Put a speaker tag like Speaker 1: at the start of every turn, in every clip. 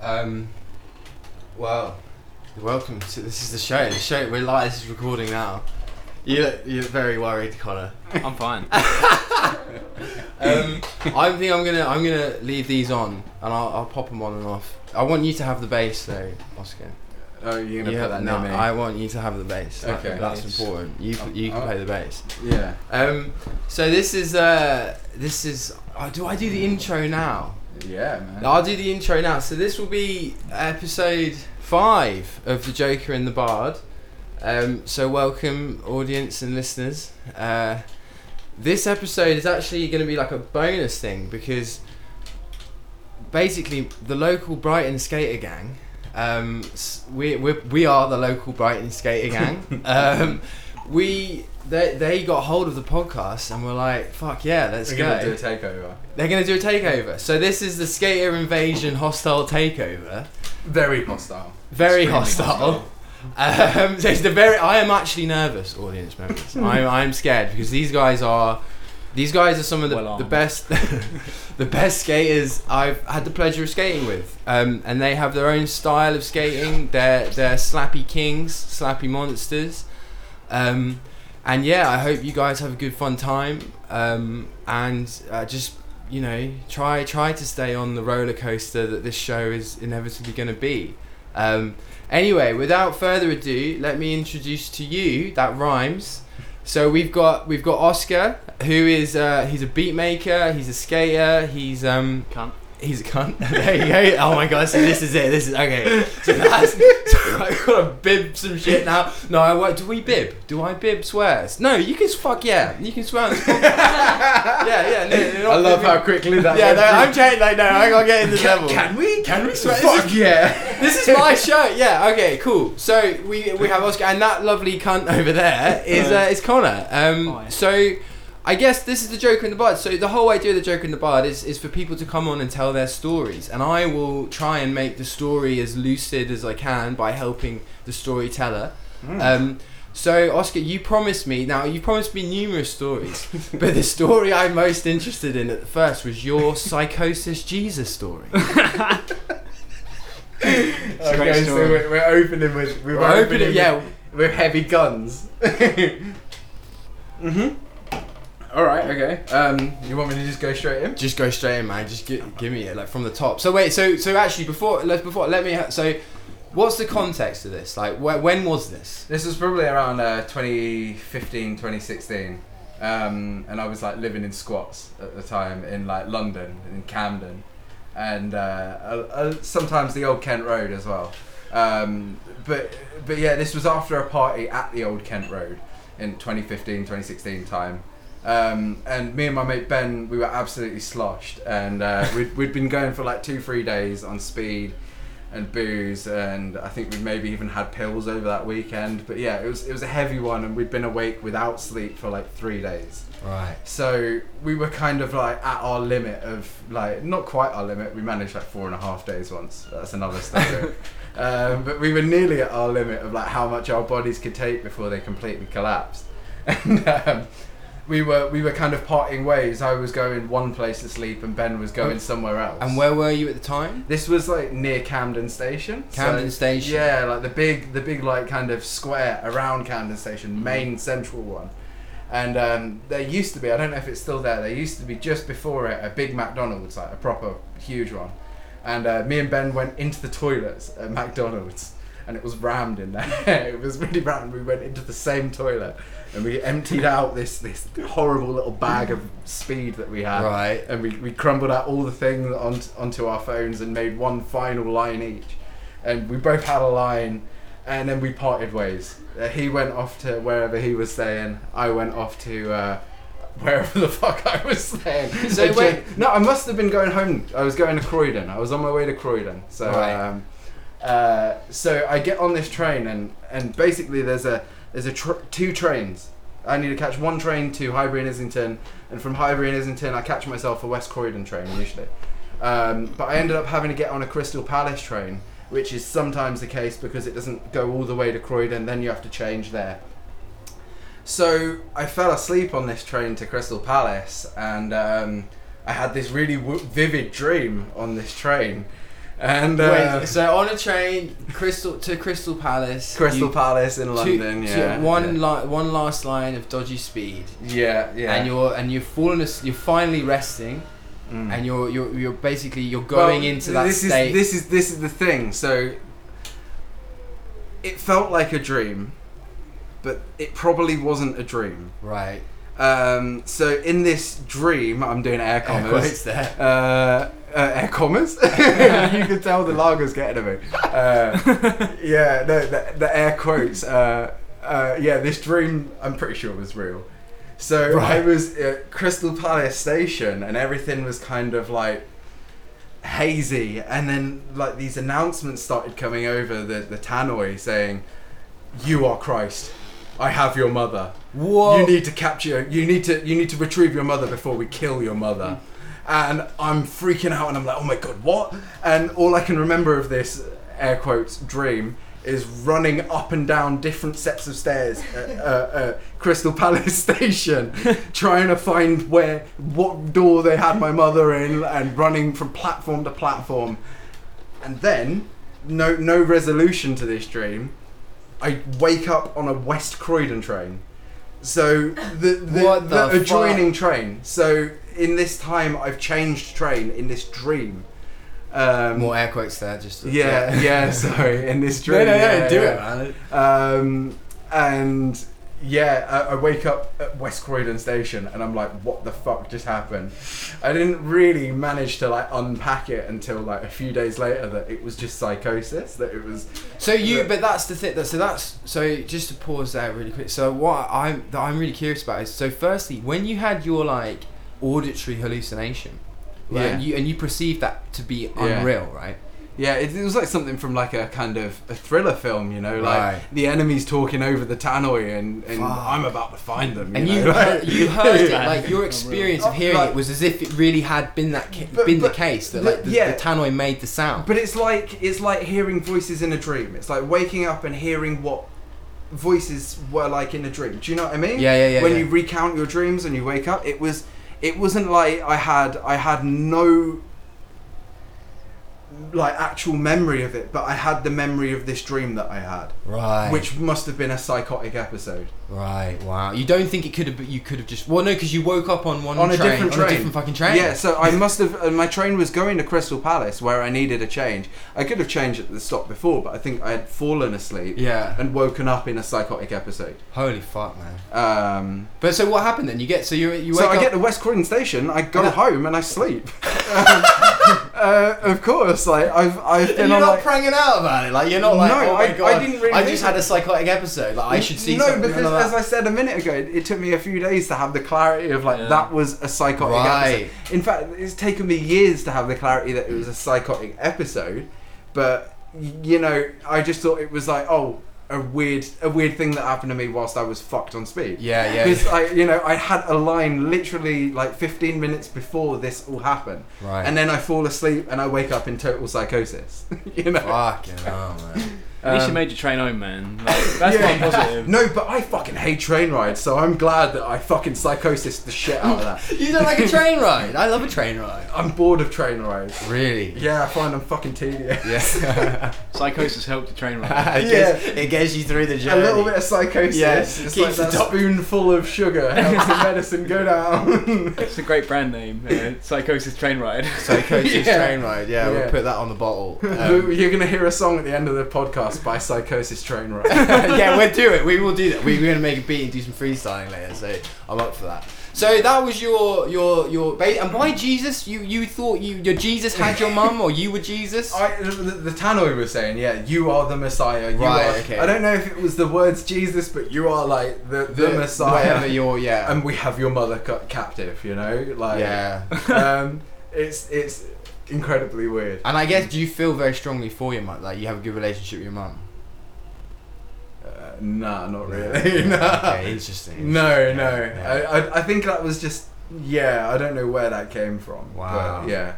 Speaker 1: Um, well, welcome to this is the show. The show we're live. This is recording now. You look, you're very worried, Connor.
Speaker 2: I'm fine.
Speaker 1: Um, I think I'm gonna I'm gonna leave these on and I'll, I'll pop them on and off. I want you to have the bass though, Oscar.
Speaker 3: Oh, you're
Speaker 1: You
Speaker 3: gonna put
Speaker 1: have-
Speaker 3: that
Speaker 1: no,
Speaker 3: near me.
Speaker 1: I want you to have the bass. That-
Speaker 3: Okay.
Speaker 1: that's
Speaker 2: Bass.
Speaker 1: important. You
Speaker 3: Oh,
Speaker 1: you can
Speaker 3: oh.
Speaker 1: play the bass.
Speaker 3: yeah.
Speaker 1: Um, so this is uh this is. Oh, do I do the intro now?
Speaker 3: Yeah, man.
Speaker 1: I'll do the intro now. So this will be episode five of the Joker and the Bard. Um, so welcome, audience and listeners. Uh, this episode is actually going to be like a bonus thing because basically the local Brighton skater gang. Um, s- we we we are the local Brighton skater gang. um, we they they got hold of the podcast and were like, "Fuck yeah, let's
Speaker 3: We're
Speaker 1: go."
Speaker 3: gonna do a takeover.
Speaker 1: They're going to do a takeover. So this is the skater invasion hostile takeover.
Speaker 3: Very hostile.
Speaker 1: Very
Speaker 3: Extremely
Speaker 1: hostile. Um, so it's the very. I am actually nervous, audience members. I'm, I'm scared because these guys are, these guys are some of the,
Speaker 2: Well
Speaker 1: the
Speaker 2: armed.
Speaker 1: best, the best skaters I've had the pleasure of skating with. Um, and they have their own style of skating. They're they're slappy kings, slappy monsters. Um, and yeah, I hope you guys have a good fun time. Um, and uh, just you know, try try to stay on the roller coaster that this show is inevitably going to be. Um, anyway, without further ado, let me introduce to you that rhymes. So we've got we've got Oscar, who is uh, he's a beat maker, he's a skater, he's um,
Speaker 2: Can't.
Speaker 1: He's a cunt. there you go. Oh my god. So this is it. This is okay. So that's. So I gotta bib some shit now. No, I what? Do we bib? Do I bib swears? No, you can. s- Fuck yeah. You can swear. On this podcast. yeah, yeah. No, no, no,
Speaker 3: I love
Speaker 1: bibbing.
Speaker 3: how quickly that.
Speaker 1: Yeah,
Speaker 3: went
Speaker 1: no, I'm
Speaker 3: through.
Speaker 1: changing. Like, no, I gotta get in the devil.
Speaker 3: Can we? Can we swear?
Speaker 1: Fuck
Speaker 3: Fuck yeah.
Speaker 1: This is my show. Yeah. Okay. Cool. So we we have Oscar and that lovely cunt over there is uh, is Connor. Um.
Speaker 2: Oh, yeah.
Speaker 1: So. I guess this is the Joker in the Bard. So the whole idea of the Joker in the Bard is, is for people to come on and tell their stories, and I will try and make the story as lucid as I can by helping the storyteller. Um, so Oscar, you promised me. Now you promised me numerous stories, but the story I'm most interested in at the first was your psychosis Jesus story.
Speaker 2: a great
Speaker 3: okay, so
Speaker 2: story.
Speaker 3: we're, we're opening with we're,
Speaker 1: We're
Speaker 3: opening,
Speaker 1: opening-
Speaker 3: with,
Speaker 1: yeah.
Speaker 3: with heavy guns. mhm. Mm-hmm. All right. Okay. Um, you want me to just go straight in?
Speaker 1: Just go straight in, man. Just gi- give me it like from the top. So wait, so so actually before let's before let me ha- so what's the context of this? Like wh- when was this?
Speaker 3: This was probably around uh, 2015, 2016. Um, and I was like living in squats at the time in like London, in Camden, and uh, uh, uh, sometimes the old Kent Road as well. Um, but but yeah, this was after a party at the old Kent Road in 2015, 2016 time. Um, and me and my mate Ben, we were absolutely sloshed, and uh, we'd, we'd been going for like two, three days on speed and booze and I think we maybe even had pills over that weekend. But yeah, it was it was a heavy one and we'd been awake without sleep for like three days.
Speaker 1: Right.
Speaker 3: So we were kind of like at our limit of like not quite our limit. We managed like four and a half days once. That's another story. um, but we were nearly at our limit of like how much our bodies could take before they completely collapsed. And um, we were we were kind of parting ways. I was going one place to sleep and Ben was going somewhere else.
Speaker 1: Oh. And where were you at the time?
Speaker 3: This was like near Camden Station. so-
Speaker 1: Camden Station.
Speaker 3: Yeah, like the big, the big like kind of square around Camden Station,
Speaker 1: Mm-hmm.
Speaker 3: main central one. And um, there used to be, I don't know if it's still there. There used to be just before it a big McDonald's, like a proper huge one. And uh, me and Ben went into the toilets at McDonald's, and it was rammed in there. it was really rammed. We went into the same toilet, and we emptied out this this horrible little bag of speed that we had
Speaker 1: Right.
Speaker 3: and we, we crumbled out all the things on, onto our phones and made one final line each. And we both had a line, and then we parted ways. Uh, he went off to wherever he was staying. I went off to uh, wherever the fuck I was staying.
Speaker 1: So
Speaker 3: I
Speaker 1: wait-
Speaker 3: gen- no, I must have been going home. I was going to Croydon. I was on my way to Croydon. So,
Speaker 1: Right.
Speaker 3: um, uh, so I get on this train, and and basically there's a there's a tr- two trains. I need to catch one train to Highbury and Islington, and from Highbury and Islington, I catch myself a West Croydon train usually. Um, but I ended up having to get on a Crystal Palace train, which is sometimes the case because it doesn't go all the way to Croydon, then you have to change there. So I fell asleep on this train to Crystal Palace, and um, I had this really w- vivid dream on this train and uh,
Speaker 1: Wait, so on a train, Crystal to Crystal Palace.
Speaker 3: Crystal
Speaker 1: you-
Speaker 3: Palace in
Speaker 1: two-
Speaker 3: London.
Speaker 1: two-
Speaker 3: yeah,
Speaker 1: one
Speaker 3: yeah.
Speaker 1: li- one last line of dodgy speed.
Speaker 3: yeah, yeah.
Speaker 1: And you're and you've fallen. As- you're finally resting,
Speaker 3: Mm.
Speaker 1: and you're you're you're basically you're going
Speaker 3: Well,
Speaker 1: into that
Speaker 3: this
Speaker 1: state.
Speaker 3: Is, this is this is the thing. So it felt like a dream, but it probably wasn't a dream.
Speaker 1: right.
Speaker 3: Um, so in this dream, I'm doing air
Speaker 1: Air
Speaker 3: commas.
Speaker 1: quotes there.
Speaker 3: Uh, uh, air commas. you could tell the lager's getting to me. Uh, yeah, no, the, the air quotes. Uh, uh, yeah, this dream I'm pretty sure was real. So I
Speaker 1: Right.
Speaker 3: was at Crystal Palace station, and everything was kind of like hazy, and then like these announcements started coming over the the tannoy saying, "You are Christ. I have your mother.
Speaker 1: Whoa.
Speaker 3: You need to capture. You need to. You need to retrieve your mother before we kill your mother." And I'm freaking out, and I'm like, "Oh my god, what?" And all I can remember of this air quotes dream is running up and down different sets of stairs at, uh, uh, Crystal Palace Station, trying to find where what door they had my mother in, and running from platform to platform. And then, no no resolution to this dream. I wake up on a West Croydon train. So the the,
Speaker 1: What the fuck?
Speaker 3: adjoining train. So in this time, I've changed train in this dream. Um,
Speaker 1: More air quotes there. Just
Speaker 3: yeah, yeah. Sorry, in this
Speaker 1: No, no,
Speaker 3: dream.
Speaker 1: no,
Speaker 3: yeah,
Speaker 1: do
Speaker 3: yeah.
Speaker 1: it, man.
Speaker 3: Um, and yeah, I, I wake up at West Croydon station and I'm like, what the fuck just happened? I didn't really manage to like unpack it until like a few days later that it was just psychosis. That it was
Speaker 1: So you,
Speaker 3: But-
Speaker 1: but that's the thing. That so that's so just to pause there really quick. So what I'm that I'm really curious about is so firstly, when you had your like auditory hallucination, right,
Speaker 3: Yeah.
Speaker 1: and you and you perceived that to be
Speaker 3: Yeah.
Speaker 1: unreal, right?
Speaker 3: Yeah, it, it was like something from like a kind of a thriller film, you know, like
Speaker 1: Right.
Speaker 3: the enemy's talking over the tannoy, and, and
Speaker 1: Fuck.
Speaker 3: I'm about to find them. You
Speaker 1: And
Speaker 3: know?
Speaker 1: you
Speaker 3: like-
Speaker 1: heard, you heard it
Speaker 3: Yeah. Uh,
Speaker 1: like your experience of hearing
Speaker 3: Like-
Speaker 1: it was as if it really had been that ca-
Speaker 3: But-
Speaker 1: been
Speaker 3: but-
Speaker 1: the case that
Speaker 3: but-
Speaker 1: like the,
Speaker 3: yeah.
Speaker 1: the tannoy made the sound.
Speaker 3: But it's like it's like hearing voices in a dream. It's like waking up and hearing what voices were like in a dream. Do you know what I mean?
Speaker 1: Yeah, yeah, yeah,
Speaker 3: When
Speaker 1: yeah.
Speaker 3: you recount your dreams and you wake up, it was it wasn't like I had I had no like actual memory of it, but I had the memory of this dream that I had,
Speaker 1: right,
Speaker 3: which must have been a psychotic episode.
Speaker 1: right, wow. You don't think it could have? been- You could have just well, no, because you woke up on one
Speaker 3: on a
Speaker 1: train,
Speaker 3: different
Speaker 1: on
Speaker 3: train.
Speaker 1: a different fucking train.
Speaker 3: Yeah, so I must have. Uh, my train was going to Crystal Palace, where I needed a change. I could have changed at the stop before, but I think I had fallen asleep
Speaker 1: yeah.
Speaker 3: and woken up in a psychotic episode.
Speaker 1: Holy fuck, man.
Speaker 3: Um,
Speaker 1: But so what happened then? You get so you you wake
Speaker 3: so I
Speaker 1: up.
Speaker 3: get to West Croydon Station, I go
Speaker 1: And I-
Speaker 3: home, and I sleep. um, uh, of course, like I've I've
Speaker 1: and
Speaker 3: been
Speaker 1: you're
Speaker 3: on
Speaker 1: not
Speaker 3: like.
Speaker 1: pranging out about it, like you're not like.
Speaker 3: No,
Speaker 1: oh
Speaker 3: I-
Speaker 1: my
Speaker 3: I
Speaker 1: god,
Speaker 3: didn't really
Speaker 1: just
Speaker 3: think
Speaker 1: had
Speaker 3: it.
Speaker 1: a psychotic episode. Like I should see.
Speaker 3: no,
Speaker 1: something,
Speaker 3: because
Speaker 1: you know,
Speaker 3: as
Speaker 1: like-
Speaker 3: I said a minute ago, it, it took me a few days to have the clarity of like
Speaker 2: Yeah.
Speaker 3: that was a psychotic
Speaker 1: Right.
Speaker 3: episode. In fact, it's taken me years to have the clarity that it was a psychotic episode, but y- you know, I just thought it was like oh, a weird, a weird thing that happened to me whilst I was fucked on speed.
Speaker 1: yeah,
Speaker 3: Because
Speaker 1: yeah,
Speaker 3: I, you know, I had a line literally like 15 minutes before this all happened,
Speaker 1: right.
Speaker 3: and then I fall asleep and I wake up in total psychosis. you know,
Speaker 1: fucking hell, man.
Speaker 2: At least you
Speaker 3: Um,
Speaker 2: made your train home, man. Like, that's
Speaker 3: Yeah.
Speaker 2: one positive.
Speaker 3: No, but I fucking hate train rides, so I'm glad that I fucking psychosis the shit out of that.
Speaker 1: You don't like a train ride? I love a train ride.
Speaker 3: I'm bored of train rides.
Speaker 1: Really?
Speaker 3: Yeah, I find them fucking tedious.
Speaker 1: Yeah.
Speaker 2: Psychosis helped the train ride.
Speaker 1: it, gets, it gets you through the
Speaker 3: A
Speaker 1: journey.
Speaker 3: little bit of psychosis.
Speaker 1: Yeah,
Speaker 3: it's
Speaker 1: keeps
Speaker 3: like
Speaker 1: the
Speaker 3: that
Speaker 1: top-
Speaker 3: spoonful of sugar helps the medicine go down.
Speaker 2: It's a great brand name. Uh, Psychosis train ride.
Speaker 1: Psychosis
Speaker 3: Yeah.
Speaker 1: train ride. Yeah,
Speaker 3: Yeah.
Speaker 1: we'll put that on the bottle.
Speaker 3: Lou,
Speaker 1: Um,
Speaker 3: You're gonna hear a song at the end of the podcast by Psychosis Train Ride.
Speaker 1: yeah, we'll do it. We will do that. We, we're gonna make a beat and do some freestyling later. So I'm up for that. So that was your your your. Ba- and why Jesus? You you thought you your Jesus had your mum or you were Jesus?
Speaker 3: I, the, the Tannoy was saying, yeah, you are the Messiah. You
Speaker 1: Right,
Speaker 3: are,
Speaker 1: okay.
Speaker 3: I don't know if it was the words Jesus, but you are like the, the,
Speaker 1: Whatever
Speaker 3: Messiah.
Speaker 1: your yeah.
Speaker 3: and we have your mother ca- captive, you know? Like,
Speaker 1: yeah.
Speaker 3: um, it's it's incredibly weird.
Speaker 1: And I guess do you feel very strongly for your mum? Like you have a good relationship with your mum?
Speaker 3: Uh, nah, not really.
Speaker 1: Yeah,
Speaker 3: Nah.
Speaker 1: okay, interesting.
Speaker 3: No,
Speaker 1: Yeah,
Speaker 3: no.
Speaker 1: yeah.
Speaker 3: I, I I think that was just yeah. I don't know where that came from. but
Speaker 1: Wow.
Speaker 3: yeah,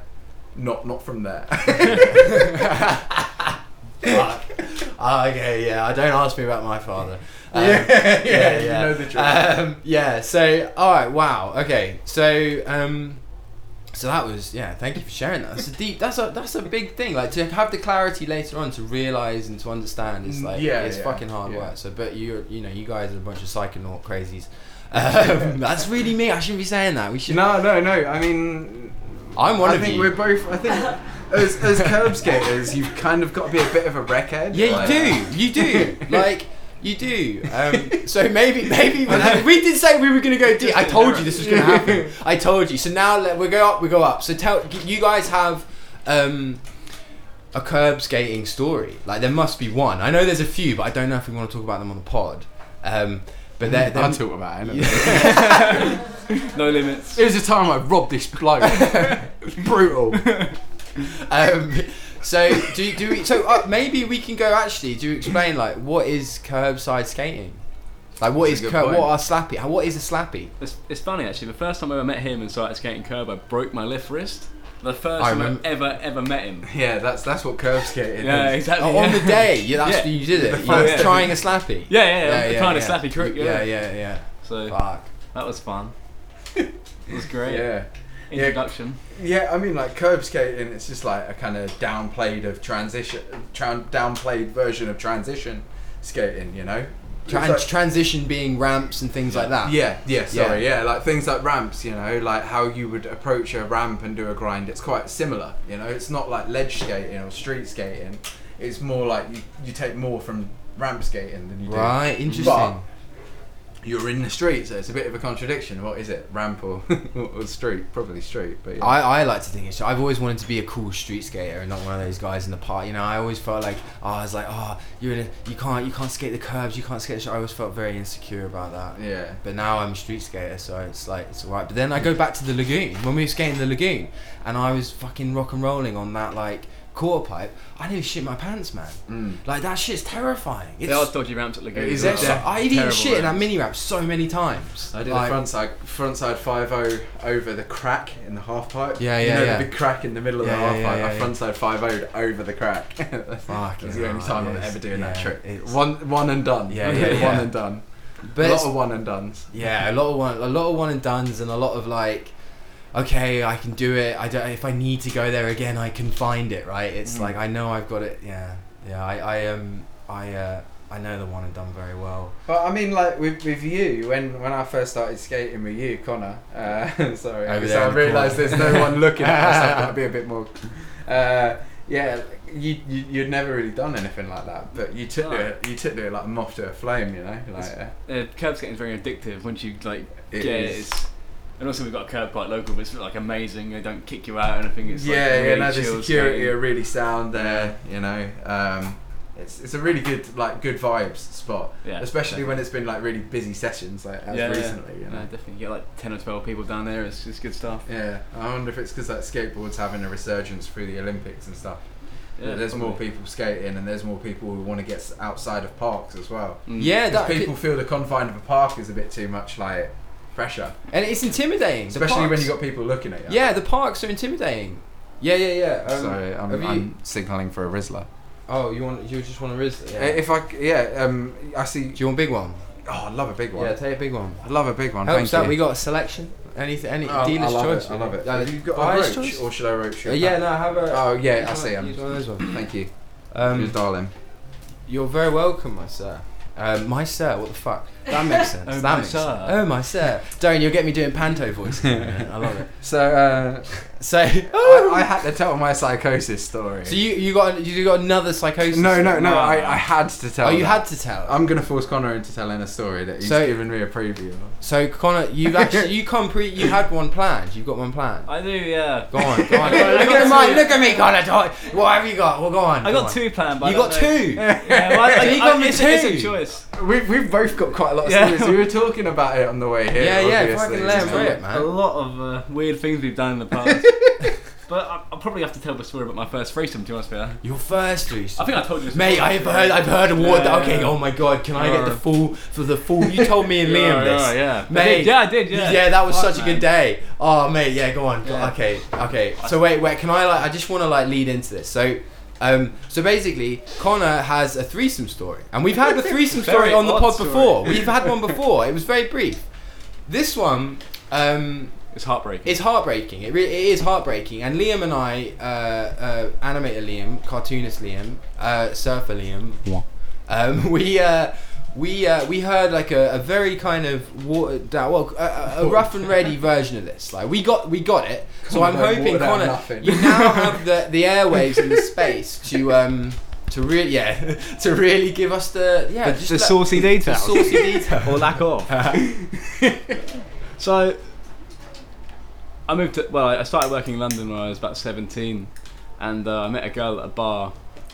Speaker 3: not not from there.
Speaker 1: Ah, okay, yeah. I don't ask me about my father. Um,
Speaker 3: yeah, yeah, You know the drill.
Speaker 1: Um, yeah. So, all right. Wow. Okay. So, um, So that was yeah. Thank you for sharing that. That's a deep. That's a that's a big thing. Like to have the clarity later on to realize and to understand. It's like
Speaker 3: Yeah,
Speaker 1: it's
Speaker 3: yeah,
Speaker 1: fucking hard
Speaker 3: yeah.
Speaker 1: work. So, but you you know you guys are a bunch of psychonaut crazies. Um, that's really me. I shouldn't be saying that. We should.
Speaker 3: No, no, no. I mean,
Speaker 1: I'm one
Speaker 3: I
Speaker 1: of
Speaker 3: think
Speaker 1: you.
Speaker 3: we're both. I think as as curb skaters, you've kind of got to be a bit of a wreckhead.
Speaker 1: Yeah,
Speaker 3: like-
Speaker 1: you do. You do. like you do. Um, so maybe, maybe we- we did say we were gonna go deep. I told you this was gonna happen. I told you. So now let, we go up. We go up. So tell you guys have. Um, a curb skating story. Like there must be one. I know there's a few, but I don't know if we want to talk about them on the pod. Um, but there, there
Speaker 4: I'll talk about it. innit?
Speaker 2: No limits.
Speaker 4: It was a time I robbed this bloke. Brutal.
Speaker 1: um, so do do we, so uh, maybe we can go actually do you explain like what is curbside skating like what is
Speaker 3: That's a good
Speaker 1: curb,
Speaker 3: point.
Speaker 1: what are slappy how- what is a slappy
Speaker 2: It's, it's funny actually. The first time I ever met him and started skating curb, I broke my left wrist. The first
Speaker 1: I
Speaker 2: time
Speaker 1: remem-
Speaker 2: I ever ever met him.
Speaker 3: Yeah, that's that's what curb skating
Speaker 2: Yeah,
Speaker 3: is.
Speaker 2: exactly.
Speaker 1: oh, on the
Speaker 2: Uh, yeah.
Speaker 1: day yeah that's
Speaker 2: Yeah.
Speaker 1: you did it
Speaker 3: The
Speaker 1: you
Speaker 2: first
Speaker 1: were
Speaker 2: day.
Speaker 1: trying a slappy
Speaker 2: Yeah, yeah, yeah. I'm trying to slappy crook.
Speaker 1: You-
Speaker 2: Yeah.
Speaker 1: yeah yeah yeah
Speaker 2: So
Speaker 1: fuck
Speaker 2: that was fun. It was great.
Speaker 3: Yeah. Yeah.
Speaker 2: Introduction.
Speaker 3: Yeah, I mean, like curb skating, it's just like a kind of downplayed of transition, tran downplayed version of transition skating. You know, It's
Speaker 1: Trans-
Speaker 3: like-
Speaker 1: transition being ramps and things like that
Speaker 3: Yeah, yeah, sorry, yeah. like things like ramps, you know, like how you would approach a ramp and do a grind. It's quite similar, you know. It's not like ledge skating or street skating. It's more like you, you take more from ramp skating than you do.
Speaker 1: right interesting
Speaker 3: But- You're in the street, so it's a bit of a contradiction. What is it, ramp or, or street? Probably street, but yeah.
Speaker 1: I, I like to think it's. I've always wanted to be a cool street skater and not one of those guys in the park. You know, I always felt like oh, I was like oh, you're in a, you can't you can't skate the curves, you can't skate. the sh-" I always felt very insecure about that.
Speaker 3: yeah.
Speaker 1: But now I'm a street skater, so it's like it's alright. But then I go back to the lagoon when we were skating the lagoon, and I was fucking rock and rolling on that like quarter pipe. I nearly shit my pants, man.
Speaker 3: Mm.
Speaker 1: Like that shit's terrifying. It's,
Speaker 2: There are dodgy ramps at Lagoon.
Speaker 3: It is
Speaker 2: as well.
Speaker 1: it's
Speaker 3: yeah,
Speaker 1: so- I eaten
Speaker 2: terrible
Speaker 1: shit in that
Speaker 2: ramps.
Speaker 1: mini ramp so many times.
Speaker 3: I did
Speaker 1: Like,
Speaker 3: a frontside frontside five o over the crack in the half pipe.
Speaker 1: Yeah,
Speaker 3: You
Speaker 1: yeah,
Speaker 3: know
Speaker 1: yeah.
Speaker 3: the big crack in the middle of
Speaker 1: Yeah,
Speaker 3: the
Speaker 1: yeah,
Speaker 3: half
Speaker 1: yeah,
Speaker 3: pipe.
Speaker 1: yeah,
Speaker 3: I
Speaker 1: yeah.
Speaker 3: frontside five o over the crack. That's
Speaker 1: Fucking
Speaker 3: the only
Speaker 1: hell,
Speaker 3: time I'm
Speaker 1: yes.
Speaker 3: ever doing that
Speaker 1: Yeah,
Speaker 3: trick.
Speaker 1: it's-
Speaker 3: One one and done.
Speaker 1: Yeah, yeah, yeah.
Speaker 3: one and done.
Speaker 1: but
Speaker 3: a
Speaker 1: it's-
Speaker 3: lot of one and duns.
Speaker 1: Yeah, a lot of one, a lot of one and duns, and a lot of like, okay, I can do it. I don't. If I need to go there again, I can find it. Right? It's
Speaker 3: Mm.
Speaker 1: like I know I've got it. Yeah, yeah. I, I um, I uh, I know the one and done very well.
Speaker 3: But I mean, like with, with you, when when I first started skating with you, Connor. Uh, sorry,
Speaker 1: Over
Speaker 3: because
Speaker 1: there
Speaker 3: I
Speaker 1: in the
Speaker 3: realised
Speaker 1: corner.
Speaker 3: there's no one looking at us. I've got to be a bit more. Uh, yeah, you, you you'd never really done anything like that, but you took
Speaker 2: No.
Speaker 3: it you took it like a moth to a flame, you know, like.
Speaker 2: It's-
Speaker 3: uh,
Speaker 2: Uh, curb skating is very addictive once you like
Speaker 3: It
Speaker 2: get
Speaker 3: is.
Speaker 2: it. It's, and also we've got a curb quite local, but it's like amazing. They don't kick you out or anything. It's
Speaker 3: yeah,
Speaker 2: like really
Speaker 3: yeah, no, the
Speaker 2: chill
Speaker 3: security are really sound there. You know, um, it's it's a really good like good vibes spot,
Speaker 2: skating. Yeah,
Speaker 3: especially when it's been like really busy sessions like as
Speaker 2: Yeah, yeah.
Speaker 3: recently. You
Speaker 2: Yeah,
Speaker 3: know.
Speaker 2: definitely. You get like ten or twelve people down there. It's, it's good stuff.
Speaker 3: Yeah, I wonder if it's because like skateboards having a resurgence through the Olympics and stuff.
Speaker 2: Yeah,
Speaker 3: there's more
Speaker 2: probably.
Speaker 3: people skating, and there's more people who want to get s- outside of parks as well.
Speaker 2: Mm.
Speaker 1: Yeah,
Speaker 3: 'Cause
Speaker 1: that
Speaker 3: people feel the confine of a park is a bit too much like pressure,
Speaker 1: and it's intimidating. The
Speaker 3: especially when
Speaker 1: parks-
Speaker 3: you got people looking at you.
Speaker 1: Yeah, the parks are intimidating. Yeah, yeah, yeah. Um,
Speaker 3: Sorry, I'm,
Speaker 1: have you-
Speaker 3: I'm signalling for a Rizzler.
Speaker 1: Oh, you want you just want a Riz?
Speaker 3: Uh,
Speaker 1: Yeah.
Speaker 3: If I c- yeah, um, I see.
Speaker 1: do you want a big one?
Speaker 3: Oh, I love a big one.
Speaker 1: Yeah, take a big one.
Speaker 3: I love a big one.
Speaker 1: Helps
Speaker 3: thank
Speaker 1: that
Speaker 3: you.
Speaker 1: we got a selection. Anything, any dealer's
Speaker 3: Oh, I love
Speaker 1: choice.
Speaker 3: It, I love it.
Speaker 1: Uh,
Speaker 3: Have you got a
Speaker 1: buyer's
Speaker 3: roach,
Speaker 1: choice?
Speaker 3: or should I roach you?
Speaker 1: Uh, yeah, no, have a.
Speaker 3: Oh yeah, I
Speaker 1: use
Speaker 3: see.
Speaker 1: one- use
Speaker 3: I'm,
Speaker 1: one of those ones.
Speaker 3: thank you,
Speaker 1: Um,
Speaker 3: You're darling.
Speaker 1: You're very welcome, my sir. Um, my sir, what the fuck? That makes sense.
Speaker 2: Oh,
Speaker 1: that
Speaker 2: my
Speaker 1: makes
Speaker 2: sir.
Speaker 1: sense. Oh my sir. Darren, you'll get me doing panto voice. in a minute. I love it.
Speaker 3: So uh,
Speaker 1: So, Oh!
Speaker 3: I, I had to tell my psychosis story.
Speaker 1: so you you got you got another psychosis.
Speaker 3: no, no, no.
Speaker 2: No.
Speaker 3: I, I had to tell.
Speaker 1: Oh, you had
Speaker 3: that.
Speaker 1: to tell.
Speaker 3: I'm gonna force Connor into telling a story that he's
Speaker 1: So-
Speaker 3: given me a preview. of.
Speaker 1: so Connor, you've actually you come pre you had one planned. You've got one planned.
Speaker 2: I do. Yeah.
Speaker 1: Go on, go on.
Speaker 2: I got- I
Speaker 1: look
Speaker 2: got
Speaker 1: at mine.
Speaker 2: two.
Speaker 1: Look at me, Connor. Don't- What have you got? Well, go on.
Speaker 2: I
Speaker 1: go
Speaker 2: got
Speaker 1: on.
Speaker 2: two planned, but
Speaker 1: You
Speaker 2: I don't
Speaker 1: got
Speaker 2: know.
Speaker 1: two.
Speaker 2: Yeah, well, I,
Speaker 1: So
Speaker 2: I,
Speaker 1: you got
Speaker 2: I,
Speaker 1: me
Speaker 2: it's, a- it's a
Speaker 1: two.
Speaker 2: choice.
Speaker 3: We've we've both got quite a lot of
Speaker 2: Yeah.
Speaker 3: stories. We were talking about it on the way here.
Speaker 1: Yeah, yeah,
Speaker 3: obviously.
Speaker 1: fucking let him
Speaker 3: Just
Speaker 1: rip,
Speaker 3: a-
Speaker 1: man.
Speaker 2: A lot of uh, weird things we've done in the past. but I, I'll probably have to tell the story about my first threesome. To be honest, fair.
Speaker 1: Your first threesome.
Speaker 2: I think I told you. this
Speaker 1: Mate,
Speaker 2: before.
Speaker 1: I've heard, I've heard a word.
Speaker 2: Yeah,
Speaker 1: that, okay,
Speaker 2: yeah.
Speaker 1: oh my god, can I get the
Speaker 2: Yeah.
Speaker 1: full for the full? You told me and
Speaker 2: Yeah,
Speaker 1: Liam this.
Speaker 2: yeah, yeah. I
Speaker 1: Mate.
Speaker 2: did, yeah, I did. Yeah,
Speaker 1: Yeah, that was
Speaker 2: Fuck,
Speaker 1: such a
Speaker 2: man.
Speaker 1: good day. Oh mate, yeah, go on. Go-
Speaker 2: Yeah.
Speaker 1: Okay, okay. So wait, wait. Can I like? I just want to like lead into this. So, um, so basically, Connor has a threesome story, and we've had a threesome story
Speaker 2: Very
Speaker 1: on the
Speaker 2: odd
Speaker 1: pod
Speaker 2: story.
Speaker 1: before. We've had one before. It was very brief. This one, um,
Speaker 2: It's heartbreaking.
Speaker 1: It's heartbreaking. It, re- it is heartbreaking. And Liam and I, uh, uh, animator Liam, cartoonist Liam, uh, surfer Liam, um, we uh, we uh, we heard like a, a very kind of watered down, well, a, a- a rough and ready version of this. Like we got we got it. So
Speaker 3: Connor
Speaker 1: I'm
Speaker 3: don't
Speaker 1: hoping
Speaker 3: water down
Speaker 1: Connor,
Speaker 3: nothing.
Speaker 1: you now have the the airwaves and the space to um to really yeah to really give us the yeah
Speaker 2: the,
Speaker 1: just
Speaker 2: the
Speaker 1: let-
Speaker 2: saucy
Speaker 1: the
Speaker 2: details.
Speaker 1: saucy detail.
Speaker 2: or lack of. so, I moved to, well, I started working in London when I was about 17, and uh, I met a girl at a bar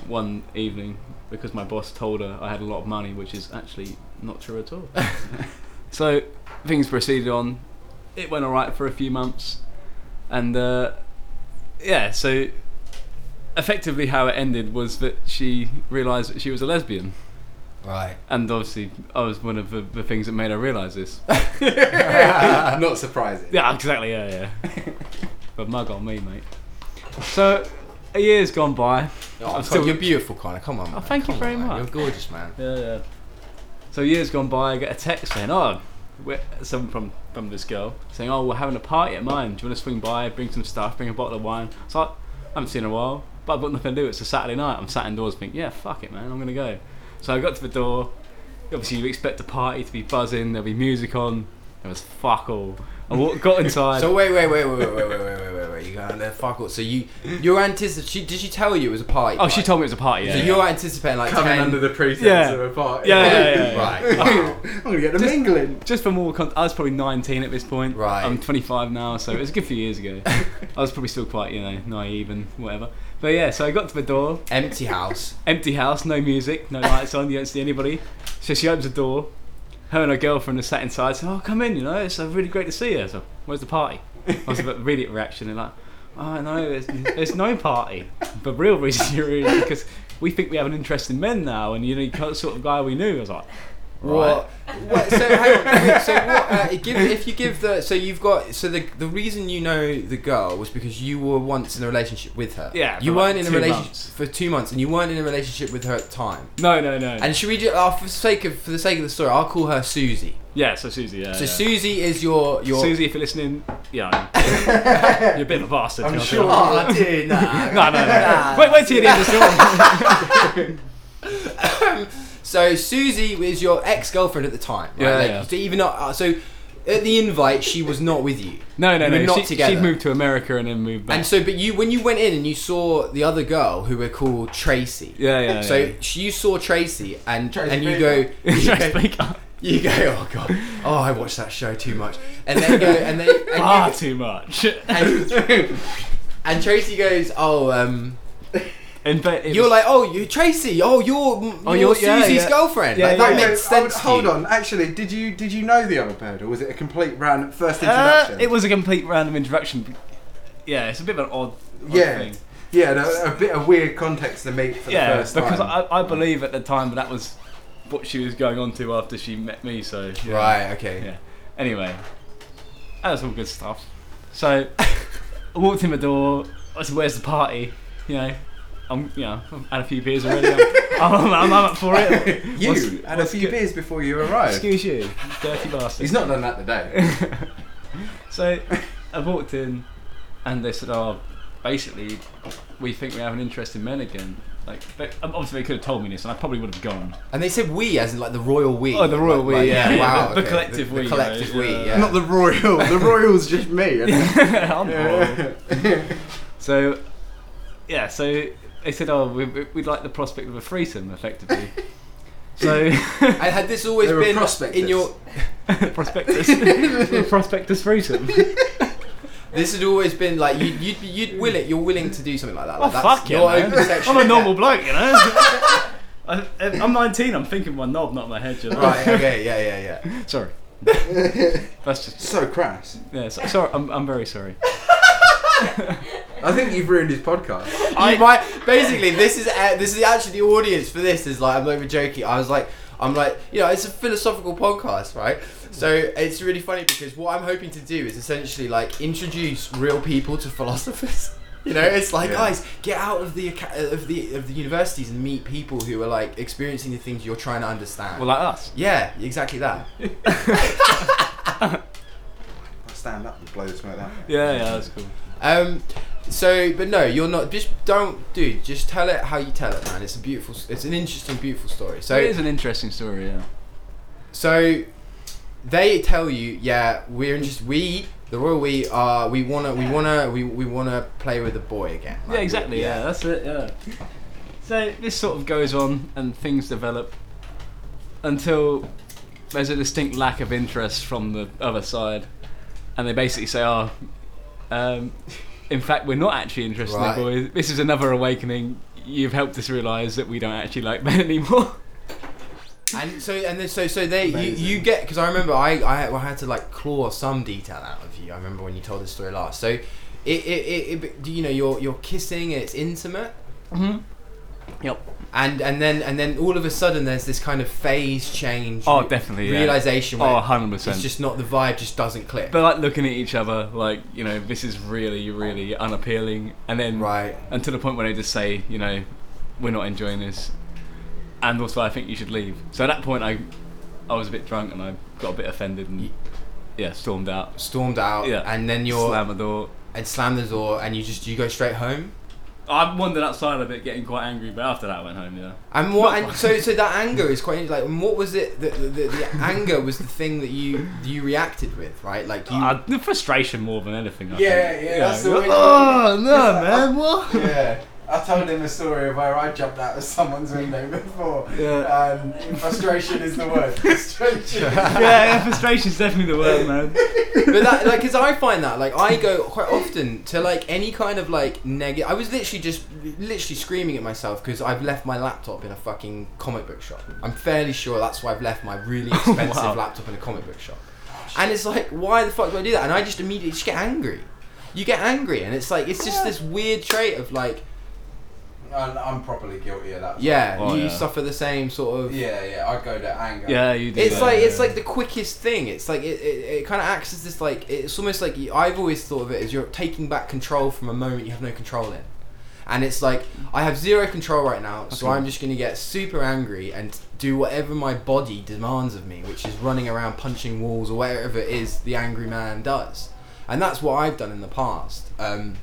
Speaker 2: one evening because my boss told her I had a lot of money, which is actually not true at all. so, things proceeded on. It went alright for a few months, and uh, yeah, so effectively how it ended was that she realised that she was a lesbian.
Speaker 1: Right.
Speaker 2: And obviously, I was one of the, the things that made her realise this.
Speaker 3: Not surprising.
Speaker 2: yeah, exactly. Yeah, yeah. but mug on me, mate. So, a year's gone by.
Speaker 1: Oh,
Speaker 2: I'm still-
Speaker 1: you're beautiful, Connor. Come on.
Speaker 2: Oh,
Speaker 1: man.
Speaker 2: thank
Speaker 1: Come
Speaker 2: you
Speaker 1: on,
Speaker 2: very
Speaker 1: man.
Speaker 2: much.
Speaker 1: You're gorgeous, man.
Speaker 2: Yeah, yeah. So, a year's gone by. I get a text saying, "Oh, we're, some from from this girl saying, oh, we're having a party at mine. Do you want to swing by? Bring some stuff. Bring a bottle of wine." So, I haven't seen her in a while, but I've got nothing to do. It's a Saturday night. I'm sat indoors, thinking, "Yeah, fuck it, man. I'm gonna go." So I got to the door. Obviously, you expect a party to be buzzing. There'll be music on. There was fuck all. I walked, got inside.
Speaker 1: So wait, wait, wait, wait, wait, wait, wait, wait, wait, wait, wait. You got the fuck up. So you, you're anticipating. Did she tell you it was a party?
Speaker 2: Oh, she
Speaker 1: right?
Speaker 2: told me it was a party. Yeah.
Speaker 1: So you're anticipating like
Speaker 3: Coming
Speaker 1: 10
Speaker 3: under the pretense
Speaker 2: Yeah.
Speaker 3: of a party.
Speaker 2: Yeah, yeah, yeah, yeah.
Speaker 1: Right.
Speaker 3: I'm gonna get the
Speaker 2: Just-
Speaker 3: mingling.
Speaker 2: Just for more con- I was probably 19 at this point.
Speaker 1: Right.
Speaker 2: I'm 25 now, so it was a good few years ago. I was probably still quite, you know, naive and whatever. But yeah, so I got to the door,
Speaker 1: empty house.
Speaker 2: empty house, no music, no lights on, you don't see anybody. So she opens the door. Her and her girlfriend are sat inside. So, oh, come in, you know, it's uh, really great to see you. So, where's the party? I was a bit really reaction and like, oh no, there's, there's no party. The real reason you're really because we think we have an interest in men now, and you know, you're the sort of guy we knew. I was like,
Speaker 1: What? what so hang on. wait, So what? Uh, it give, if you give the so you've got so the the reason you know the girl was because you were once in a relationship with her.
Speaker 2: Yeah,
Speaker 1: You
Speaker 2: for like
Speaker 1: weren't in a
Speaker 2: two
Speaker 1: relationship
Speaker 2: months.
Speaker 1: for two months, and you weren't in a relationship with her at the time.
Speaker 2: no, no, no.
Speaker 1: And should we just, uh, for the sake of for the sake of the story, I'll call her Susie.
Speaker 2: yeah, so uh, Susie, yeah.
Speaker 1: So
Speaker 2: yeah.
Speaker 1: Susie is your your.
Speaker 2: Susie, if you're listening, yeah, you're a bit of a bastard.
Speaker 3: I'm
Speaker 2: to be honest.
Speaker 3: sure.
Speaker 1: Oh, dude, nah.
Speaker 2: No, no, no. wait, wait till you hear the story.
Speaker 1: So Susie was your ex girlfriend at the time, right?
Speaker 2: Yeah,
Speaker 1: Like,
Speaker 2: yeah.
Speaker 1: so even not, uh, so at the invite she was not with you,
Speaker 2: No, no,
Speaker 1: You
Speaker 2: no.
Speaker 1: were not
Speaker 2: she,
Speaker 1: together.
Speaker 2: She moved to America and then moved back.
Speaker 1: and so but you when you went in and you saw the other girl who were called Tracy.
Speaker 2: yeah, yeah.
Speaker 1: So
Speaker 2: yeah.
Speaker 1: she- you saw Tracy and
Speaker 3: Tracy
Speaker 1: and you go,
Speaker 3: Beaker.
Speaker 1: you
Speaker 2: Just
Speaker 1: go
Speaker 2: make up
Speaker 1: you go oh god oh I watched that show too much and then go and then and,
Speaker 2: far
Speaker 1: you,
Speaker 2: too much.
Speaker 1: and, and Tracy goes oh um
Speaker 2: And but it
Speaker 1: you're
Speaker 2: was-
Speaker 1: like oh you Tracy oh you're
Speaker 2: Oh,
Speaker 1: you're,
Speaker 2: you're- yeah,
Speaker 1: Susie's
Speaker 2: yeah.
Speaker 1: girlfriend
Speaker 2: Yeah,
Speaker 1: like,
Speaker 2: yeah,
Speaker 1: that
Speaker 3: Wait,
Speaker 1: makes
Speaker 3: wait, I
Speaker 1: sense
Speaker 3: would-
Speaker 1: to
Speaker 3: hold
Speaker 1: you.
Speaker 3: on. Actually, did you did you know the other bird, or was it a complete ran first
Speaker 2: uh,
Speaker 3: introduction?
Speaker 2: it was a complete random introduction. Yeah, it's a bit of an odd, odd
Speaker 3: Yeah.
Speaker 2: thing.
Speaker 3: yeah, no, a bit of weird context to meet for the
Speaker 2: Yeah,
Speaker 3: first
Speaker 2: because
Speaker 3: time.
Speaker 2: I, I believe at the time that was what she was going on to after she met me. So yeah.
Speaker 1: right okay
Speaker 2: Yeah. Anyway, that was all good stuff. So, I walked in the door. I said, "Where's the party?" You know, I'm, you know, I've had a few beers already. I'm, I'm, I'm up for it.
Speaker 3: you
Speaker 2: What's-
Speaker 3: had a
Speaker 2: what's
Speaker 3: few
Speaker 2: good-
Speaker 3: beers before you arrived.
Speaker 2: Excuse you, dirty bastard.
Speaker 3: He's not done that today.
Speaker 2: so, I walked in, and they said, "Oh, basically, we think we have an interest in men again." Like, they, obviously, they could have told me this, and I probably would have gone.
Speaker 1: And they said we, as in like the royal we.
Speaker 2: Oh, the royal we, yeah, yeah,
Speaker 1: Wow.
Speaker 2: the- the
Speaker 1: okay.
Speaker 2: collective we,
Speaker 1: The collective
Speaker 2: yeah,
Speaker 1: we.
Speaker 2: yeah.
Speaker 1: Yeah.
Speaker 3: Not the royal. The royal's just me. isn't it?
Speaker 2: I'm horrible.
Speaker 3: Yeah.
Speaker 2: So, yeah, so they said, oh, we, we- we'd like the prospect of a threesome, effectively. so,
Speaker 1: and had this always
Speaker 3: They were
Speaker 1: been in
Speaker 3: prospectors.
Speaker 1: your?
Speaker 2: prospectus, prospectus threesome.
Speaker 1: Oh, This had always been like you, you'd be- you'd will it. You're willing to do something like that.
Speaker 2: Oh,
Speaker 1: Like,
Speaker 2: fuck yeah,
Speaker 1: your
Speaker 2: man.
Speaker 1: open sexual-
Speaker 2: I'm a normal bloke, you know. I, I'm 19. I'm thinking my knob, not my head. You know?
Speaker 1: Right. Okay. Yeah. Yeah. Yeah.
Speaker 2: Sorry. That's just
Speaker 3: so crass.
Speaker 2: yeah. So, sorry, I'm, I'm very sorry.
Speaker 3: I think you've ruined his podcast.
Speaker 1: you might basically this is uh, this is actually the audience for this is like I'm not even joking. I was like I'm like you know it's a philosophical podcast, right? So it's really funny because what I'm hoping to do is essentially like introduce real people to philosophers. You know, it's like
Speaker 3: Yeah.
Speaker 1: guys, get out of the aca- of the of the universities and meet people who are like experiencing the things you're trying to understand.
Speaker 2: Well, like us.
Speaker 1: yeah, exactly that.
Speaker 3: That's
Speaker 5: stand up and blow the smoke out.
Speaker 2: Yeah, yeah, that's cool.
Speaker 1: Um, so, but no, you're not. Just don't, dude. Just tell it how you tell it, man. It's a beautiful. It's an interesting, beautiful story.
Speaker 2: it
Speaker 1: So,
Speaker 2: is an interesting story. Yeah.
Speaker 1: so they tell you, yeah, we're just we, the royal we are. We wanna, we wanna, we, we wanna play with the boy again. Like,
Speaker 2: Yeah, exactly. Yeah, that's it. Yeah. So this sort of goes on, and things develop until there's a distinct lack of interest from the other side, and they basically say, "Oh, um, in fact, we're not actually interested
Speaker 1: Right.
Speaker 2: in the boys. This is another awakening. You've helped us realise that we don't actually like men anymore."
Speaker 1: And so, and then, so, so they, you, you get because I remember I, I, I had to like claw some detail out of you. I remember when you told this story last. So, it, it, it, it you know, you're, you're kissing. It's intimate.
Speaker 2: Mm-hmm. Yep.
Speaker 1: and and then and then all of a sudden there's this kind of phase change
Speaker 2: Oh, definitely. yeah.
Speaker 1: realization
Speaker 2: Oh,
Speaker 1: where
Speaker 2: 100
Speaker 1: it's
Speaker 2: percent.
Speaker 1: just not the vibe just doesn't click
Speaker 2: They're like looking at each other, like you know, this is really, really unappealing. And then
Speaker 1: right
Speaker 2: and to the point where they just say, you know, we're not enjoying this, and also I think you should leave. So at that point, I, I was a bit drunk and I got a bit offended and yeah, stormed out,
Speaker 1: stormed out
Speaker 2: Yeah.
Speaker 1: and then you're
Speaker 2: slammed the door.
Speaker 1: and slammed the door and you just you go straight home
Speaker 2: I wandered outside a bit, getting quite angry, but after that, I went home. Yeah,
Speaker 1: and what and so so that anger is quite like and what was it that the, the, the anger was the thing that you you reacted with right like you
Speaker 2: Uh, the frustration more than anything. I
Speaker 3: Yeah,
Speaker 2: think.
Speaker 3: yeah, that's the way-
Speaker 2: Oh no,
Speaker 3: It's like,
Speaker 2: man! What?
Speaker 3: yeah. I told him a story of where I jumped out of someone's window before.
Speaker 2: Yeah.
Speaker 3: And frustration is the word. Frustration.
Speaker 2: yeah, yeah, frustration's definitely the word, man.
Speaker 1: but that like because i find that like i go quite often to like any kind of like negative i was literally just literally screaming at myself because i've left my laptop in a fucking comic book shop i'm fairly sure that's why i've left my really expensive
Speaker 2: Wow.
Speaker 1: laptop in a comic book shop and it's like why the fuck do i do that and i just immediately just get angry you get angry and it's like it's just this weird trait of like
Speaker 3: I'm, I'm properly guilty of that.
Speaker 1: yeah
Speaker 2: Oh,
Speaker 1: you
Speaker 2: yeah.
Speaker 1: suffer the same sort of
Speaker 3: Yeah, yeah. I go to anger.
Speaker 2: Yeah, you do.
Speaker 1: It's
Speaker 2: that,
Speaker 1: like
Speaker 2: yeah.
Speaker 1: it's like the quickest thing. It's like it, it, it kind of acts as this like it's almost like you- I've always thought of it as you're taking back control from a moment you have no control in, and it's like I have zero control right now, so
Speaker 2: Okay.
Speaker 1: I'm just gonna get super angry and do whatever my body demands of me, which is running around punching walls or whatever it is the angry man does, and that's what I've done in the past. Um,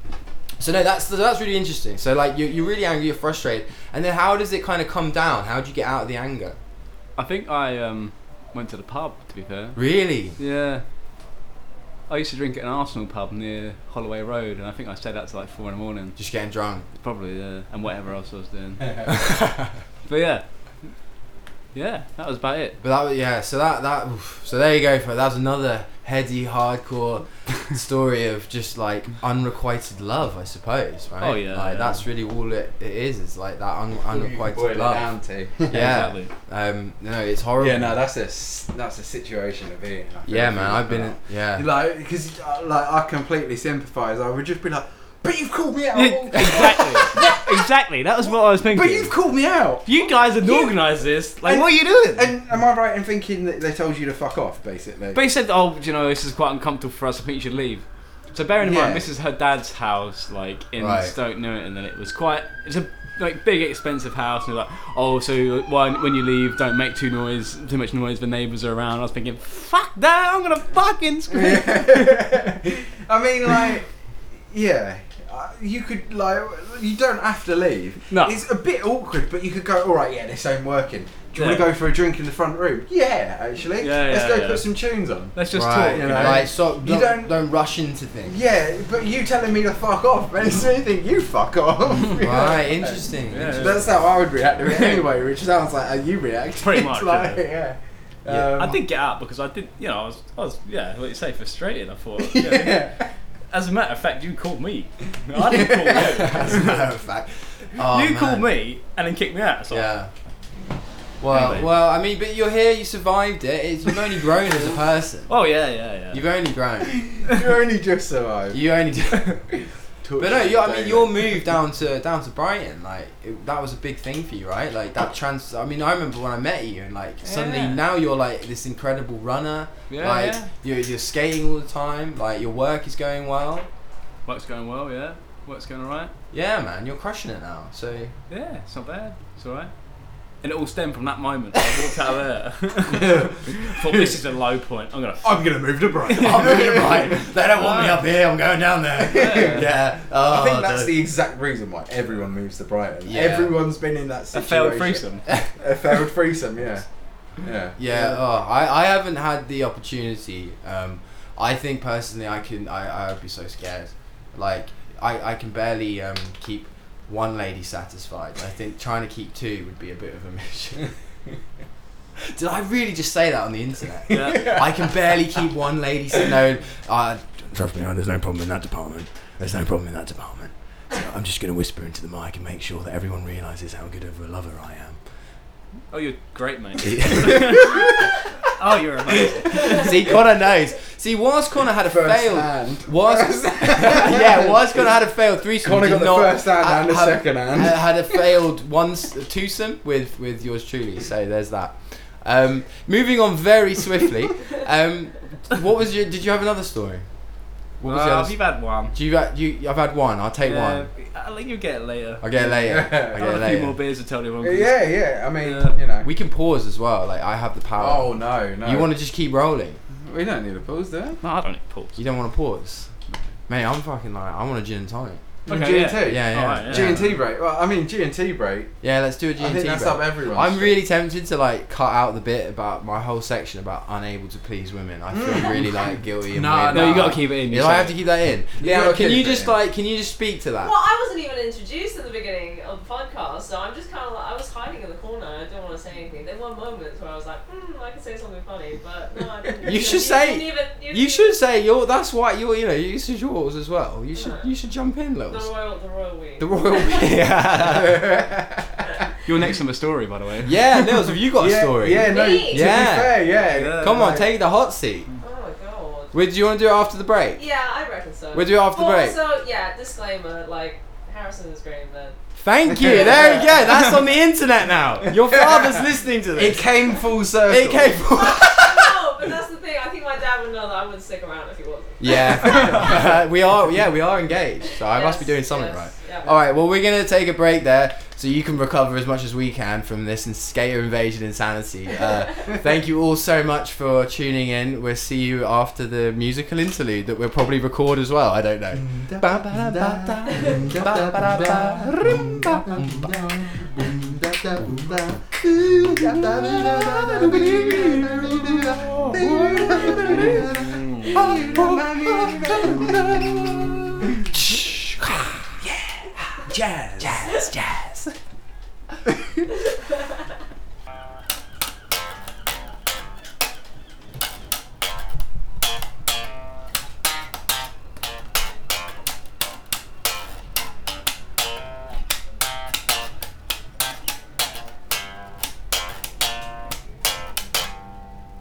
Speaker 1: so no, that's that's really interesting. So like you you're really angry, you're frustrated, and then how does it kind of come down? How do you get out of the anger?
Speaker 2: I think I um, went to the pub. To be fair.
Speaker 1: Really?
Speaker 2: Yeah. I used to drink at an Arsenal pub near Holloway Road, and I think I stayed out till like four in the morning,
Speaker 1: Just getting drunk.
Speaker 2: probably, yeah, and whatever else I was doing. but yeah, yeah, that was about it.
Speaker 1: But that was, yeah, so that that oof. so there you go. For that was another heady, hardcore story of just like unrequited love, I suppose. Right?
Speaker 2: Oh, yeah,
Speaker 1: like
Speaker 2: yeah.
Speaker 1: that's really all it, it is. It's like that un,
Speaker 3: Who you can boil
Speaker 1: unrequited
Speaker 3: it
Speaker 1: love.
Speaker 3: down to.
Speaker 1: Yeah.
Speaker 2: exactly.
Speaker 1: Um, no, it's horrible.
Speaker 3: Yeah, no, that's a s- that's a situation of being. I feel
Speaker 1: Yeah,
Speaker 3: for
Speaker 1: man,
Speaker 3: you
Speaker 1: I've
Speaker 3: for
Speaker 1: been
Speaker 3: that.
Speaker 1: in, yeah.
Speaker 3: like because like I completely sympathise. I would just be like, but you've called me out.
Speaker 2: exactly. Yeah, exactly. That was what I was thinking.
Speaker 3: but you've called me out.
Speaker 2: You guys had
Speaker 3: You-
Speaker 2: organised this. Like,
Speaker 3: and-
Speaker 2: what are you doing?
Speaker 3: And am I right in thinking that they told you to fuck off, basically?
Speaker 2: But he said, "Oh, you know, this is quite uncomfortable for us. I think you should leave." So bearing in
Speaker 3: Yeah.
Speaker 2: mind, this is her dad's house, like in
Speaker 1: Right.
Speaker 2: Stoke Newton, and it was quite. It's a like big, expensive house, and they're like, "Oh, so when, when you leave, don't make too noise, too much noise. The neighbours are around." I was thinking, "Fuck that! I'm gonna fucking scream."
Speaker 3: I mean, like, yeah. uh, You could like you don't have to leave.
Speaker 2: No.
Speaker 3: It's a bit awkward, but you could go. All right, yeah, this ain't working. Do you want
Speaker 2: Yeah.
Speaker 3: to go for a drink in the front room? Yeah, actually.
Speaker 2: Yeah,
Speaker 3: Let's
Speaker 2: yeah,
Speaker 3: go
Speaker 2: yeah.
Speaker 3: put some tunes on.
Speaker 2: Let's just
Speaker 1: right,
Speaker 2: talk.
Speaker 3: you know.
Speaker 1: like so,
Speaker 3: You
Speaker 1: don't,
Speaker 3: don't-
Speaker 1: don't rush into things.
Speaker 3: Yeah, but you telling me to fuck off makes me think you fuck off.
Speaker 1: Right, interesting.
Speaker 2: Yeah.
Speaker 3: That's how I would react to it anyway, which sounds like how you react.
Speaker 2: Pretty
Speaker 3: It's
Speaker 2: much,
Speaker 3: like,
Speaker 2: yeah.
Speaker 3: yeah. Um,
Speaker 1: Yeah.
Speaker 2: I did get out because I did, you know, I was, I was, yeah, like you say, frustrated. I thought, you know,
Speaker 3: Yeah.
Speaker 2: as a matter of fact, you called me. I didn't call you.
Speaker 1: As a matter of fact, Oh,
Speaker 2: you
Speaker 1: man.
Speaker 2: called me and then kicked me out. So
Speaker 1: Yeah. Well,
Speaker 2: Anyway.
Speaker 1: well, I mean, but you're here. You survived it. It's, you've only grown as a person.
Speaker 2: Oh yeah, yeah, yeah.
Speaker 1: You've only grown.
Speaker 3: you only just survived.
Speaker 1: You only. But no, you I mean, your move down to down to Brighton, like it, that was a big thing for you, right? Like that trans. I mean, I remember when I met you, and like suddenly
Speaker 2: Yeah.
Speaker 1: now you're like this incredible runner.
Speaker 2: Yeah,
Speaker 1: like
Speaker 2: yeah.
Speaker 1: You're, you're skating all the time. Like your work is going well.
Speaker 2: Work's going well, yeah. Work's going alright.
Speaker 1: Yeah, man, you're crushing it now. So
Speaker 2: Yeah, it's not bad. It's alright. And it all stemmed from that moment. I walked out of there. Thought this is a low point. I'm gonna. F-
Speaker 3: I'm gonna move to Brighton.
Speaker 5: I'm moving right. They don't want me up here. I'm going down there. Yeah. Oh,
Speaker 3: I think that's
Speaker 5: dude.
Speaker 3: the exact reason why everyone moves to Brighton.
Speaker 1: Yeah.
Speaker 3: Everyone's been in that
Speaker 2: a
Speaker 3: situation.
Speaker 2: failed threesome.
Speaker 3: A failed threesome, yeah. Yeah.
Speaker 1: Yeah, oh, I, I haven't had the opportunity. Um, I think personally, I can I, I would be so scared. Like I, I can barely um, keep one lady satisfied. I think trying to keep two would be a bit of a mission. Did I really just say that on the internet?
Speaker 2: Yeah.
Speaker 1: I can barely keep one lady. So no, uh,
Speaker 5: Trust me, there's no problem in that department. There's no problem in that department. So I'm just going to whisper into the mic and make sure that everyone realizes how good of a lover I am.
Speaker 2: Oh, you're great, mate. oh, you're amazing.
Speaker 1: see, Connor knows. See, whilst Connor had a
Speaker 3: First
Speaker 1: failed,
Speaker 3: hand.
Speaker 1: whilst yeah, whilst Connor had a failed threesome,
Speaker 3: Connor
Speaker 1: did not
Speaker 3: got the first hand
Speaker 1: ha-
Speaker 3: and the
Speaker 1: have-
Speaker 3: second hand.
Speaker 1: ha- had a failed one s- twosome with with yours truly. So there's that. Um, moving on very swiftly. Um, what was your? Did you have another story? What was the
Speaker 2: Well,
Speaker 1: other?
Speaker 2: you've had one.
Speaker 1: s- Do you, ha- you? I've had one. I'll take one.
Speaker 2: I think you get it later.
Speaker 1: I'll get it later.
Speaker 3: Yeah.
Speaker 1: I'll get
Speaker 2: I had
Speaker 1: it
Speaker 2: a few more
Speaker 1: later.
Speaker 2: beers to tell everyone. 'cause
Speaker 3: Yeah, yeah. I mean,
Speaker 2: Yeah.
Speaker 3: you know.
Speaker 1: We can pause as well. Like I have the
Speaker 3: oh
Speaker 1: power.
Speaker 3: no, no.
Speaker 1: you want to just keep rolling.
Speaker 3: We don't need a pause, do
Speaker 2: No, I don't need pause.
Speaker 1: You don't want to pause. Mate, I'm fucking like I want a gin and tonic.
Speaker 3: we?
Speaker 2: Okay,
Speaker 3: G and
Speaker 1: Yeah,
Speaker 3: T.
Speaker 1: yeah.
Speaker 2: Alright, yeah.
Speaker 3: G and T break. Well, I mean G and T break.
Speaker 1: Yeah, let's do a G
Speaker 3: I
Speaker 1: and
Speaker 3: think
Speaker 1: T.
Speaker 3: that's
Speaker 1: break.
Speaker 3: up everyone.
Speaker 1: I'm really tempted to like cut out the bit about my whole section about unable to please women. I
Speaker 3: Mm.
Speaker 1: feel really like guilty. And
Speaker 4: Nah,
Speaker 1: weird
Speaker 2: No, you
Speaker 1: about
Speaker 2: gotta
Speaker 1: that.
Speaker 2: keep it in.
Speaker 1: Yeah, I have to keep that in.
Speaker 3: You
Speaker 1: Yeah,
Speaker 3: gotta
Speaker 1: can
Speaker 3: keep
Speaker 1: you
Speaker 3: it
Speaker 1: just
Speaker 3: in.
Speaker 1: like can you just speak to
Speaker 6: Well,
Speaker 1: that?
Speaker 6: I wasn't even introduced at the beginning of the podcast, so I'm just kind of like, I was hiding in the corner. I didn't want to say anything. There were moments where I was like, hmm, I could say something funny, but no, I didn't.
Speaker 1: You should say- You should say your. That's why your. You know, this is yours as well. You should. You should jump in,
Speaker 6: The
Speaker 1: Lils.
Speaker 6: royal, the royal we.
Speaker 1: The royal. yeah.
Speaker 2: You're next on the story, by the way.
Speaker 1: yeah, Lils. Have you got a
Speaker 3: yeah,
Speaker 1: story?
Speaker 3: Yeah, no.
Speaker 6: Me?
Speaker 3: To
Speaker 1: Yeah.
Speaker 3: be fair, yeah.
Speaker 2: Yeah.
Speaker 1: Come on,
Speaker 3: Like,
Speaker 1: take the hot seat.
Speaker 6: Oh my god.
Speaker 1: Wait, do you want to do it after the break?
Speaker 6: Yeah, I reckon so.
Speaker 1: We'll do it after the
Speaker 6: But
Speaker 1: break.
Speaker 6: Also, yeah, disclaimer, like, Harrison is great then.
Speaker 1: Thank you. There you go. That's on the internet now. Your father's listening to
Speaker 3: It
Speaker 1: this.
Speaker 3: came full circle.
Speaker 1: It came from.
Speaker 6: no, but that's the thing. I think my dad would know that I wouldn't stick around if he wasn't.
Speaker 1: Yeah, we are. Yeah, we are engaged. So I must be doing something right. All right. Well, we're gonna take a break there, so you can recover as much as we can from this and skater invasion insanity. Uh, thank you all so much for tuning in. We'll see you after the musical interlude that we'll probably record as well. I don't know.
Speaker 3: mm,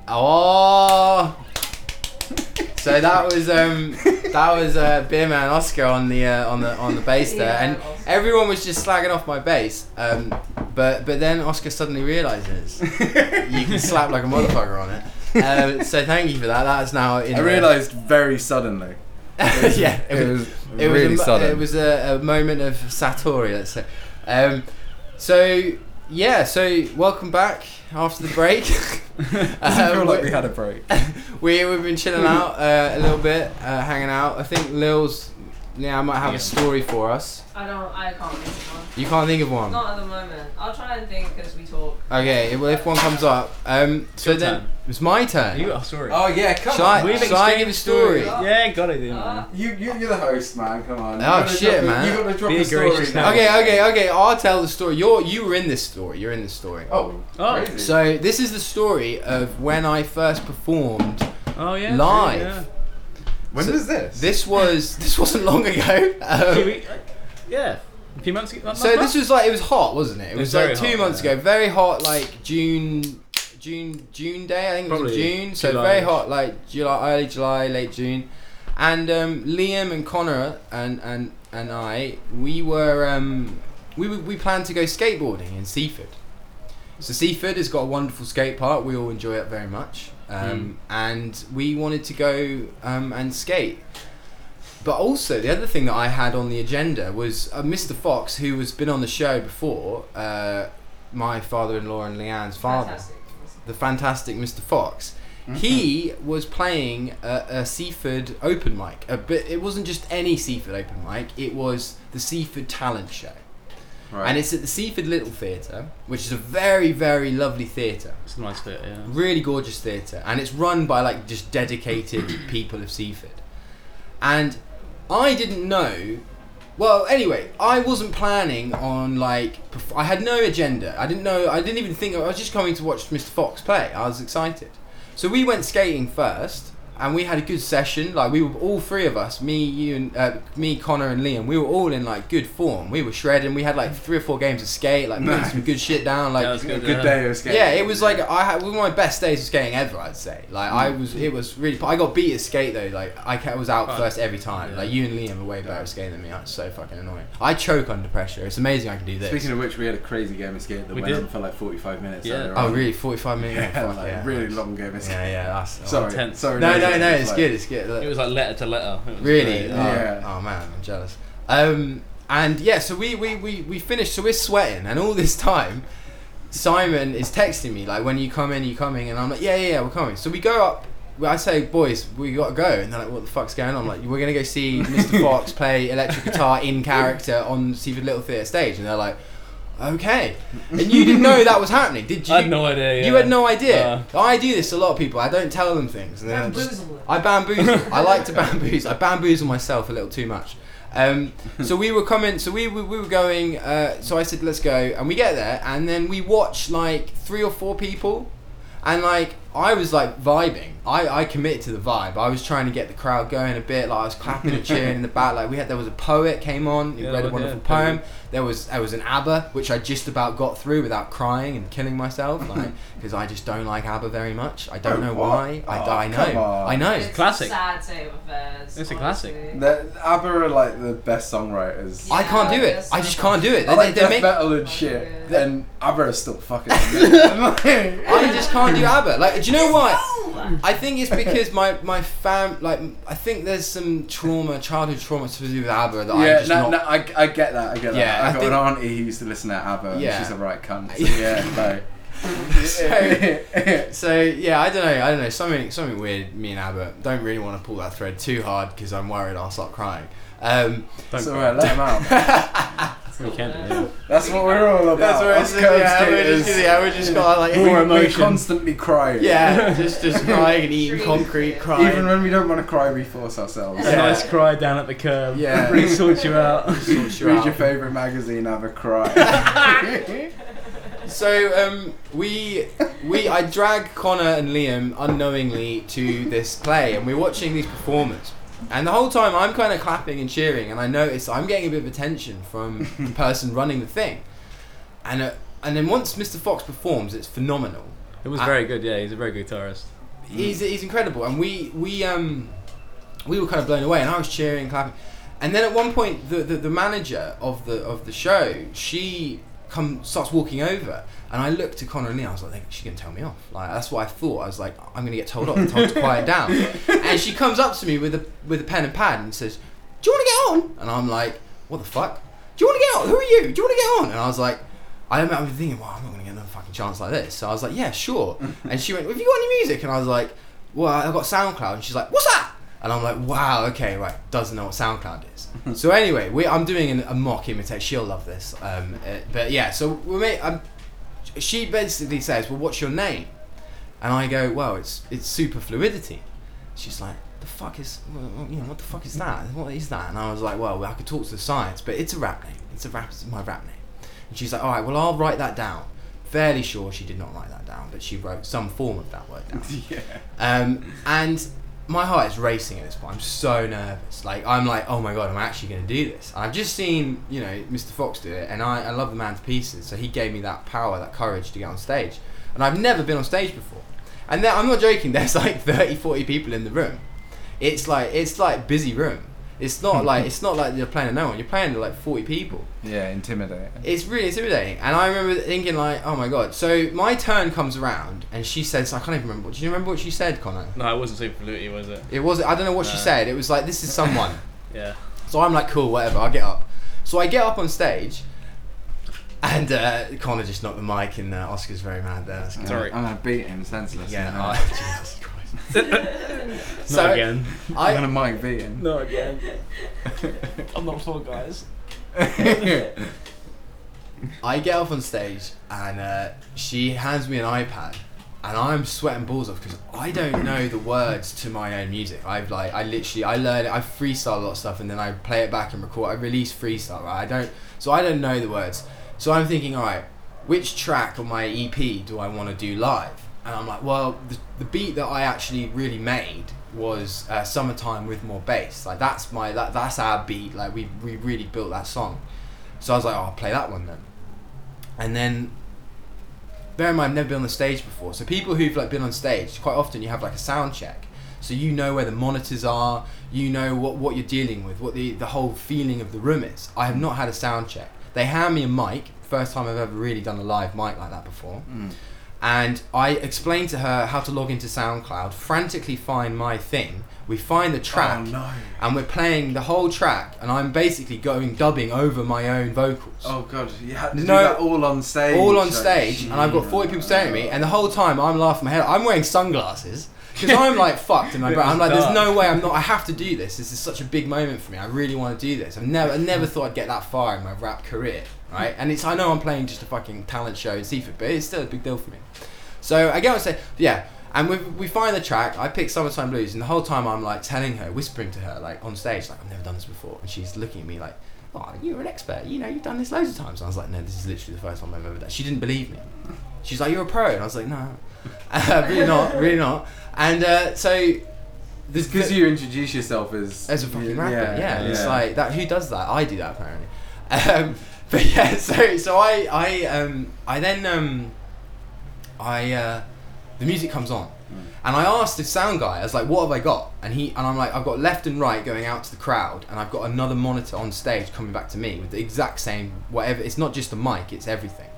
Speaker 1: Oh. So that was um that was uh, Beer Man Oscar on the uh, on the on the bass there,
Speaker 6: Yeah,
Speaker 1: and
Speaker 6: Oscar.
Speaker 1: everyone was just slagging off my bass. Um, but but then Oscar suddenly realizes you can slap like a motherfucker on it. Um, so thank you for that. That's now in.
Speaker 3: I
Speaker 1: the-
Speaker 3: realised very suddenly.
Speaker 1: yeah, it was it was
Speaker 3: really
Speaker 1: a, mo-
Speaker 3: sudden.
Speaker 1: It was a, a moment of satori. Let's say. Um, so yeah, so welcome back after the break.
Speaker 3: I feel
Speaker 1: Um,
Speaker 3: like we had a break.
Speaker 1: we, we've been chilling out uh, a little bit, uh, hanging out. I think Lil's now might have
Speaker 2: Yeah.
Speaker 1: a story for us.
Speaker 6: I don't, I can't think of one.
Speaker 1: You can't think of one.
Speaker 6: Not at the moment. I'll try and think as we talk.
Speaker 1: Okay, well if one comes up, um, so
Speaker 2: your
Speaker 1: then
Speaker 2: turn.
Speaker 1: it's my turn.
Speaker 2: You got a story.
Speaker 3: Oh yeah, come
Speaker 1: Shall
Speaker 3: on.
Speaker 1: I-
Speaker 2: We've
Speaker 1: shall I give
Speaker 2: exchanged
Speaker 1: a story?
Speaker 2: stories. Yeah, got it,
Speaker 6: Uh,
Speaker 2: man.
Speaker 3: You, you you're the host, man. Come on.
Speaker 1: Oh,
Speaker 3: You gotta
Speaker 1: shit,
Speaker 3: drop a-
Speaker 1: man.
Speaker 3: You got to drop
Speaker 2: Be
Speaker 3: a story
Speaker 2: gracious
Speaker 3: now.
Speaker 2: now.
Speaker 1: Okay, okay, okay. I'll tell the story. You're you were in this story. You're in this story.
Speaker 3: Oh,
Speaker 2: Oh.
Speaker 3: crazy.
Speaker 1: So this is the story of when I first performed.
Speaker 2: Oh yeah.
Speaker 1: Live.
Speaker 2: Yeah.
Speaker 3: when
Speaker 1: so
Speaker 3: was this?
Speaker 1: This was this wasn't long ago.
Speaker 2: A few
Speaker 1: Um,
Speaker 2: weeks- uh, yeah. A few months ago.
Speaker 1: so this was like it was hot, wasn't it? It
Speaker 2: was
Speaker 1: was like
Speaker 2: very
Speaker 1: two
Speaker 2: hot,
Speaker 1: months
Speaker 2: yeah.
Speaker 1: ago. Very hot, like June, June, June day. I think it was in
Speaker 2: Probably
Speaker 1: June. So
Speaker 2: July.
Speaker 1: very hot, like July, early July, late June. And um, Liam and Connor and and and I, we were um, we were- we planned to go skateboarding in Seaford. So Seaford has got a wonderful skate park. We all enjoy it very much,
Speaker 2: Hmm.
Speaker 1: um, and we wanted to go um, and skate. But also the other thing that I had on the agenda was uh, Mr. Fox, who has been on the show before, uh, my father-in-law and Leanne's father,
Speaker 6: Fantastic.
Speaker 1: the fantastic Mr. Fox. He was playing a, a Seaford open mic. A bit, it wasn't just any Seaford open mic. It was the Seaford Talent Show,
Speaker 3: Right.
Speaker 1: and it's at the Seaford Little Theatre, which is a very, very lovely theatre.
Speaker 2: It's a nice bit, yeah.
Speaker 1: Really gorgeous theatre, and it's run by like just dedicated people of Seaford. And I didn't know. Well, anyway, I wasn't planning on like. Perf- I had no agenda. I didn't know. I didn't even think. I was just coming to watch Mr. Fox play. I was excited. So we went skating first, and we had a good session. Like we were all three of us, me, you, and uh, me, Connor, and Liam. We were all in like good form. We were shredding. We had like three or four games of skate. Like putting some good shit down. Like
Speaker 2: That was
Speaker 3: a
Speaker 2: good.
Speaker 3: good
Speaker 2: yeah.
Speaker 3: day of skating.
Speaker 1: yeah, it was like I had one of my best days of skating ever. I'd say like I
Speaker 3: Mm.
Speaker 1: was. It was really. I got beat at skate though. Like I ca- was out
Speaker 2: Right.
Speaker 1: first every time. Like you and Liam are way better at skating than me. That's so fucking annoying. I choke under pressure. It's amazing I can do this.
Speaker 3: Speaking of which, we had a crazy game of skate that
Speaker 2: We
Speaker 3: went
Speaker 2: did.
Speaker 3: on for like 45 minutes.
Speaker 2: Yeah.
Speaker 3: earlier
Speaker 1: oh
Speaker 3: on.
Speaker 1: really? Forty-five minutes.
Speaker 3: Yeah,
Speaker 1: Fuck
Speaker 3: like,
Speaker 1: yeah.
Speaker 3: really long game of skate.
Speaker 1: Yeah, yeah. That's
Speaker 3: Sorry,
Speaker 2: Intense.
Speaker 3: sorry.
Speaker 1: No, no,
Speaker 3: it's
Speaker 1: no. It's
Speaker 3: like-
Speaker 1: good. It's good. Look.
Speaker 2: It was like letter to letter. It was
Speaker 1: Really?
Speaker 2: great.
Speaker 1: Oh,
Speaker 3: Yeah.
Speaker 1: Oh, man, I'm jealous. Um, and yeah, so we, we, we, we finished, so we're sweating, and all this time, Simon is texting me, like, when you come in, you coming, and I'm like, yeah, yeah, yeah, we're coming. So we go up, well, I say, boys, we gotta go, and they're like, what the fuck's going on? I'm like, we're gonna go see Mr. Fox play electric guitar in character on Seaford Little Theatre stage, and they're like, okay. And you didn't know that was happening, did you?
Speaker 2: I had no idea. Yeah.
Speaker 1: Oh.
Speaker 2: Uh.
Speaker 1: You had no idea. I do this to a lot of people. I don't tell them things. And then I just-
Speaker 6: Bamboozle them.
Speaker 1: I bamboozle. I like to bamboozle. I bamboozle myself a little too much. Um, so we were coming. So we, we, we were going. Uh, so I said, "Let's go." And we get there, and then we watch like three or four people, and like I was like vibing. I, I committed to the vibe. I was trying to get the crowd going a bit. Like I was clapping and cheering in the back. Like we had there was a poet came on. He
Speaker 2: Yeah,
Speaker 1: read a
Speaker 2: yeah,
Speaker 1: wonderful
Speaker 2: yeah.
Speaker 1: poem. There was there was an ABBA which I just about got through without crying and killing myself, like because I just don't like ABBA very much. I don't
Speaker 3: Oh,
Speaker 1: know
Speaker 3: what?
Speaker 1: why. I,
Speaker 3: Oh,
Speaker 1: I
Speaker 3: come
Speaker 1: know.
Speaker 3: on.
Speaker 1: I know.
Speaker 6: It's
Speaker 2: classic.
Speaker 6: a sad state of uh, affairs.
Speaker 2: It's a classic.
Speaker 6: honestly.
Speaker 3: The- ABBA are like the best songwriters.
Speaker 1: I can't do
Speaker 6: Yeah,
Speaker 1: it. I just can't do it.
Speaker 3: I
Speaker 1: They,
Speaker 3: like
Speaker 1: they, they
Speaker 3: death
Speaker 1: make,
Speaker 3: metal and shit, and ABBA are still fucking. amazing.
Speaker 1: I just can't do ABBA. Like, do you know why?
Speaker 6: No!
Speaker 1: I think it's because my my fam like I think there's some trauma, childhood trauma to do with ABBA that I'm
Speaker 3: yeah,
Speaker 1: just not.
Speaker 3: no, no, I, I get that. I get
Speaker 1: Yeah,
Speaker 3: that. I,
Speaker 1: I
Speaker 3: got
Speaker 1: think-
Speaker 3: an auntie who used to listen to ABBA, and
Speaker 1: Yeah.
Speaker 3: she's a right cunt. So yeah, like.
Speaker 1: So yeah, I don't know. I don't know. Something something weird. Me and ABBA don't really want to pull that thread too hard because I'm worried I'll start crying. Um,
Speaker 2: Don't
Speaker 3: so right, let 'em out. man.
Speaker 2: We can do, yeah.
Speaker 3: That's what we're all about.
Speaker 1: That's where it's
Speaker 3: Us
Speaker 1: just, yeah,
Speaker 3: curve
Speaker 1: we're just,
Speaker 3: skaters.
Speaker 1: yeah, we're just got like
Speaker 3: We-
Speaker 2: More
Speaker 3: we're
Speaker 2: emotion.
Speaker 3: constantly crying.
Speaker 1: yeah, just just crying and eating
Speaker 6: Trees.
Speaker 1: concrete,
Speaker 6: Even
Speaker 1: crying.
Speaker 3: Even when we don't want to cry, we force ourselves.
Speaker 2: A nice cry down at the curb.
Speaker 3: Yeah.
Speaker 2: Really sorts you out.
Speaker 1: Sorts you
Speaker 3: Read
Speaker 1: out.
Speaker 3: your favourite magazine, have a cry.
Speaker 1: So um, we we I drag Connor and Liam unknowingly to this play, and we're watching these performers. And the whole time I'm kind of clapping and cheering, and I notice I'm getting a bit of attention from the person running the thing. And uh, and then once Mr. Fox performs, it's phenomenal.
Speaker 2: It was
Speaker 1: I-
Speaker 2: very good, yeah. He's a very good guitarist.
Speaker 1: He's he's incredible, and we we um we were kind of blown away, and I was cheering, clapping. And then at one point, the, the, the manager of the of the show, she come starts walking over, and I looked to Connor and Leon. I was like, she's gonna tell me off. Like that's what I thought. I was like, I'm gonna get told off. and told to quiet down. And she comes up to me with a with a pen and pad and says, "Do you want to get on?" And I'm like, "What the fuck? Do you want to get on? Who are you? Do you want to get on?" And I was like. I remember thinking, well, I'm not going to get another fucking chance like this. So I was like, yeah, sure. And she went, have you got any music? And I was like, well, I've got SoundCloud. And she's like, what's that? And I'm like, wow, okay, right, doesn't know what SoundCloud is. so anyway, we, I'm doing an, a mock imitation. She'll love this. Um, uh, but yeah, so we made, um, she basically says, well, what's your name? And I go, well, it's it's superfluidity. She's like, the fuck is, well, you know, what the fuck is that? What is that? And I was like, well, I could talk to the science, but it's a rap name. It's a rap, it's my rap name. And she's like, all right, well, I'll write that down. Fairly sure she did not write that down, but she wrote some form of that word down.
Speaker 3: yeah.
Speaker 1: Um, and my heart is racing at this point. I'm so nervous. Like I'm like, oh my god, I'm actually going to do this. And I've just seen you know Mr. Fox do it, and I, I love the man to pieces. So he gave me that power, that courage to get on stage. And I've never been on stage before. And there, I'm not joking. There's like 30, 40 people in the room. It's like it's like busy room. It's not like it's not like you're playing to no one. You're playing to like 40 people
Speaker 3: Yeah, intimidate.
Speaker 1: it's really intimidating. And I remember thinking like, oh my god. So my turn comes around, and she says, I can't even remember. Do you remember what she said, Connor?
Speaker 2: No, it wasn't super fluty, was it?
Speaker 1: It was I don't know what she
Speaker 2: No.
Speaker 1: said. It was like this is someone.
Speaker 2: Yeah.
Speaker 1: so I'm like, cool, whatever. I'll get up. So I get up on stage. And uh, Connor just knocked the mic, and uh, Oscar's very mad there. That's good.
Speaker 2: Sorry.
Speaker 3: I'm gonna beat him senseless.
Speaker 1: Yeah.
Speaker 3: now.
Speaker 1: oh, Jesus Christ.
Speaker 2: Not
Speaker 1: So-
Speaker 2: again.
Speaker 3: I'm
Speaker 1: I,
Speaker 3: gonna mic beat him.
Speaker 2: Not again. I'm not sure, guys.
Speaker 1: I get off on stage, and uh, she hands me an iPad, and I'm sweating balls off because I don't know the words to my own music. I've like, I literally, I learn it, I freestyle a lot of stuff, and then I play it back and record. I release freestyle, right? I don't, so I don't know the words. So I'm thinking, all right, which track on my EP do I want to do live? And I'm like, well, the, the beat that I actually really made was uh, "Summertime" with more bass. Like that's my that, that's our beat. Like we we really built that song. So I was like, oh, I'll play that one then. And then, bear in mind, I've never been on the stage before. So people who've like been on stage, quite often you have like a sound check. So you know where the monitors are, you know what, what you're dealing with, what the, the whole feeling of the room is. I have not had a sound check. They hand me a mic, first time I've ever really done a live mic like that before.
Speaker 3: Mm.
Speaker 1: And I explained to her how to log into SoundCloud, frantically find my thing. We find the track,
Speaker 3: Oh no.
Speaker 1: and we're playing the whole track, and I'm basically going dubbing over my own vocals.
Speaker 3: Oh god, you had to do
Speaker 1: No.
Speaker 3: that all on stage.
Speaker 1: all on
Speaker 3: like,
Speaker 1: stage, and I've got 40 people staring at me, and the whole time I'm laughing my head. I'm wearing sunglasses because I'm like fucked in my
Speaker 2: It
Speaker 1: brain. I'm
Speaker 2: was
Speaker 1: like, there's
Speaker 2: dark.
Speaker 1: no way I'm not. I have to do this. This is such a big moment for me. I really want to do this. I've never, I never thought I'd get that far in my rap career, right? And it's I know I'm playing just a fucking talent show in Seaford, but it's still a big deal for me. So I get on stage, yeah. And we, we find the track. I pick "Summertime Blues," and the whole time I'm like telling her, whispering to her, like on stage, like I've never done this before, and she's looking at me like, "Oh, you're an expert. You know, you've done this loads of times." And I was like, "No, this is literally the first time I've ever done." She didn't believe me. She's like, "You're a pro," and I was like, "No, really not, really not." And uh, so this
Speaker 3: Because you introduce yourself as
Speaker 1: as a fucking rapper. Yeah, and it's
Speaker 3: yeah.
Speaker 1: like that. Who does that? I do that apparently. Um, but yeah, so so I I um I then um I uh, the music comes on,
Speaker 3: Mm.
Speaker 1: and I asked the sound guy. I was like, "What have I got?" And he and I'm like, "I've got left and right going out to the crowd, and I've got another monitor on stage coming back to me with the exact same whatever. It's not just the mic; it's everything."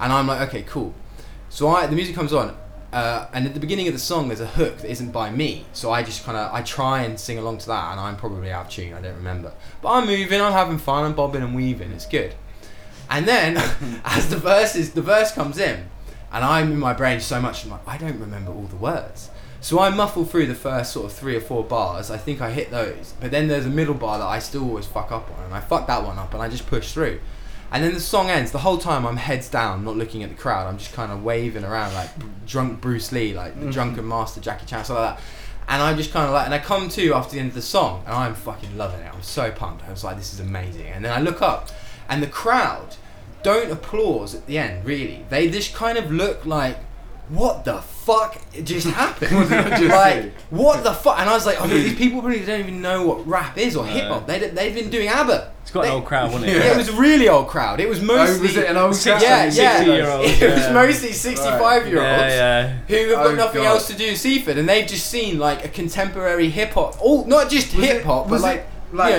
Speaker 1: And I'm like, "Okay, cool." So I the music comes on, uh, and at the beginning of the song, there's a hook that isn't by me, so I just kind of I try and sing along to that, and I'm probably out of tune. I don't remember, but I'm moving, I'm having fun, I'm bobbing and weaving. It's good. And then as the verse is the verse comes in, and I'm in my brain so much, I'm like, I don't remember all the words. So I muffle through the first sort of three or four bars. I think I hit those, but then there's a middle bar that I still always fuck up on, and I fuck that one up, and I just push through. And then the song ends. The whole time I'm heads down, not looking at the crowd. I'm just kind of waving around like b- drunk Bruce Lee, like the drunken master Jackie Chan, stuff like that. And I'm just kind of like, and I come to after the end of the song, and I'm fucking loving it. I'm so pumped. I was like, this is amazing. And then I look up, and the crowd don't applause at the end. Really, they just kind of look like, what the fuck just happened? like, what the fuck? And I was like, oh, these people really don't even know what rap is or hip hop. They don't- they've been doing ABBA.
Speaker 2: It's got an
Speaker 1: They-
Speaker 2: old crowd, wasn't
Speaker 1: yeah,
Speaker 2: it?
Speaker 1: it was a really old crowd. It was mostly
Speaker 3: Oh, was it an old
Speaker 2: Sixty-
Speaker 1: yeah,
Speaker 3: guy?
Speaker 1: yeah.
Speaker 2: 60-year-olds,
Speaker 1: It was
Speaker 2: yeah.
Speaker 1: mostly sixty-five year olds
Speaker 2: yeah,
Speaker 1: who have got
Speaker 3: Oh,
Speaker 1: nothing
Speaker 3: God.
Speaker 1: else to do in Seaford, and they've just seen like a contemporary hip hop, all not just
Speaker 3: Was it-
Speaker 1: hip hop, but
Speaker 3: was it,
Speaker 1: like,
Speaker 3: like-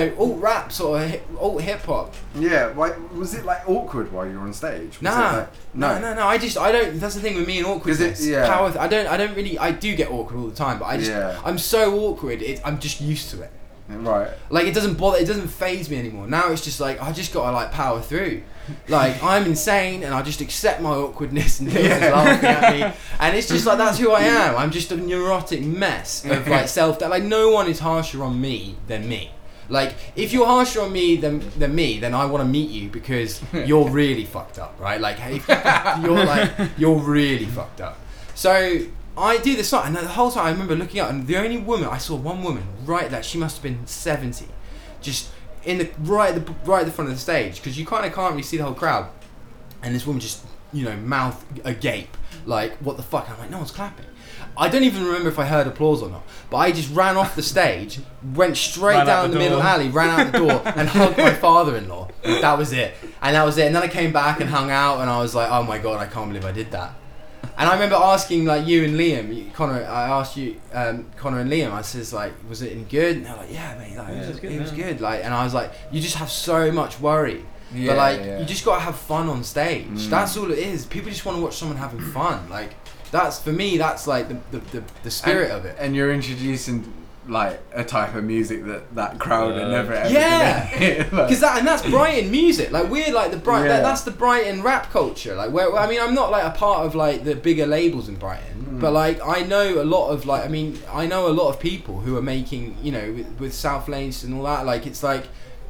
Speaker 1: you know, alt rap sort of hip, alt hip hop.
Speaker 3: Yeah, why was it like awkward while you were on stage? Was
Speaker 1: Nah,
Speaker 3: it, like,
Speaker 1: no, no, no. I just I don't. That's the thing with me and awkwardness.
Speaker 3: yeah.
Speaker 1: Power. I don't. I don't really. I do get awkward all the time, but I just.
Speaker 3: Yeah.
Speaker 1: I'm so awkward. It, I'm just used to it.
Speaker 3: Right.
Speaker 1: Like it doesn't bother, it doesn't phase me anymore. Now it's just like I just gotta like power through. Like I'm insane, and I just accept my awkwardness, and Lewis is laughing at me, and it's just like that's who I am. I'm just a neurotic mess of like self. That like no one is harsher on me than me. Like if you're harsher on me than than me, then I want to meet you because you're really fucked up, right? Like hey, you're like you're really fucked up. So I do this song, and the whole time I remember looking up, and the only woman I saw one woman right there. She must have been seventy, just in the right at the right at the front of the stage because you kind of can't really see the whole crowd. And this woman just you know mouth agape, like what the fuck? And I'm like, no one's clapping. I don't even remember if I heard applause or not, but I just ran off the stage, went straight
Speaker 2: Ran out
Speaker 1: down
Speaker 2: the
Speaker 1: the, middle
Speaker 2: door.
Speaker 1: alley, ran out the door, and hugged my father-in-law. That was it, and that was it. And then I came back and hung out, and I was like, oh my god, I can't believe I did that. And I remember asking like you and Liam, you- Connor. I asked you, um, Connor and Liam. I says like, was it in good? And they're like, yeah, mate, like,
Speaker 2: Yeah.
Speaker 1: it
Speaker 2: It
Speaker 1: was,
Speaker 2: was good,
Speaker 1: it was
Speaker 2: yeah.
Speaker 1: good. Like, and I was like, you just have so much worry,
Speaker 3: Yeah,
Speaker 1: but like,
Speaker 3: yeah.
Speaker 1: you just gotta have fun on stage.
Speaker 3: Mm.
Speaker 1: That's all it is. People just want to watch someone having fun. Like, that's for me. That's like the the, the, the spirit
Speaker 3: And-
Speaker 1: of it.
Speaker 3: And you're introducing like a type of music that that crowd had
Speaker 2: Uh,
Speaker 3: never ever
Speaker 1: Yeah.
Speaker 3: like,
Speaker 1: Because that and that's Brighton music. Like we're like the Brighton.
Speaker 3: Yeah.
Speaker 1: That, that's the Brighton rap culture. Like where I mean, I'm not like a part of like the bigger labels in Brighton,
Speaker 3: Mm.
Speaker 1: but like I know a lot of like I mean, I know a lot of people who are making you know with, with South Lanes and all that. Like it's like.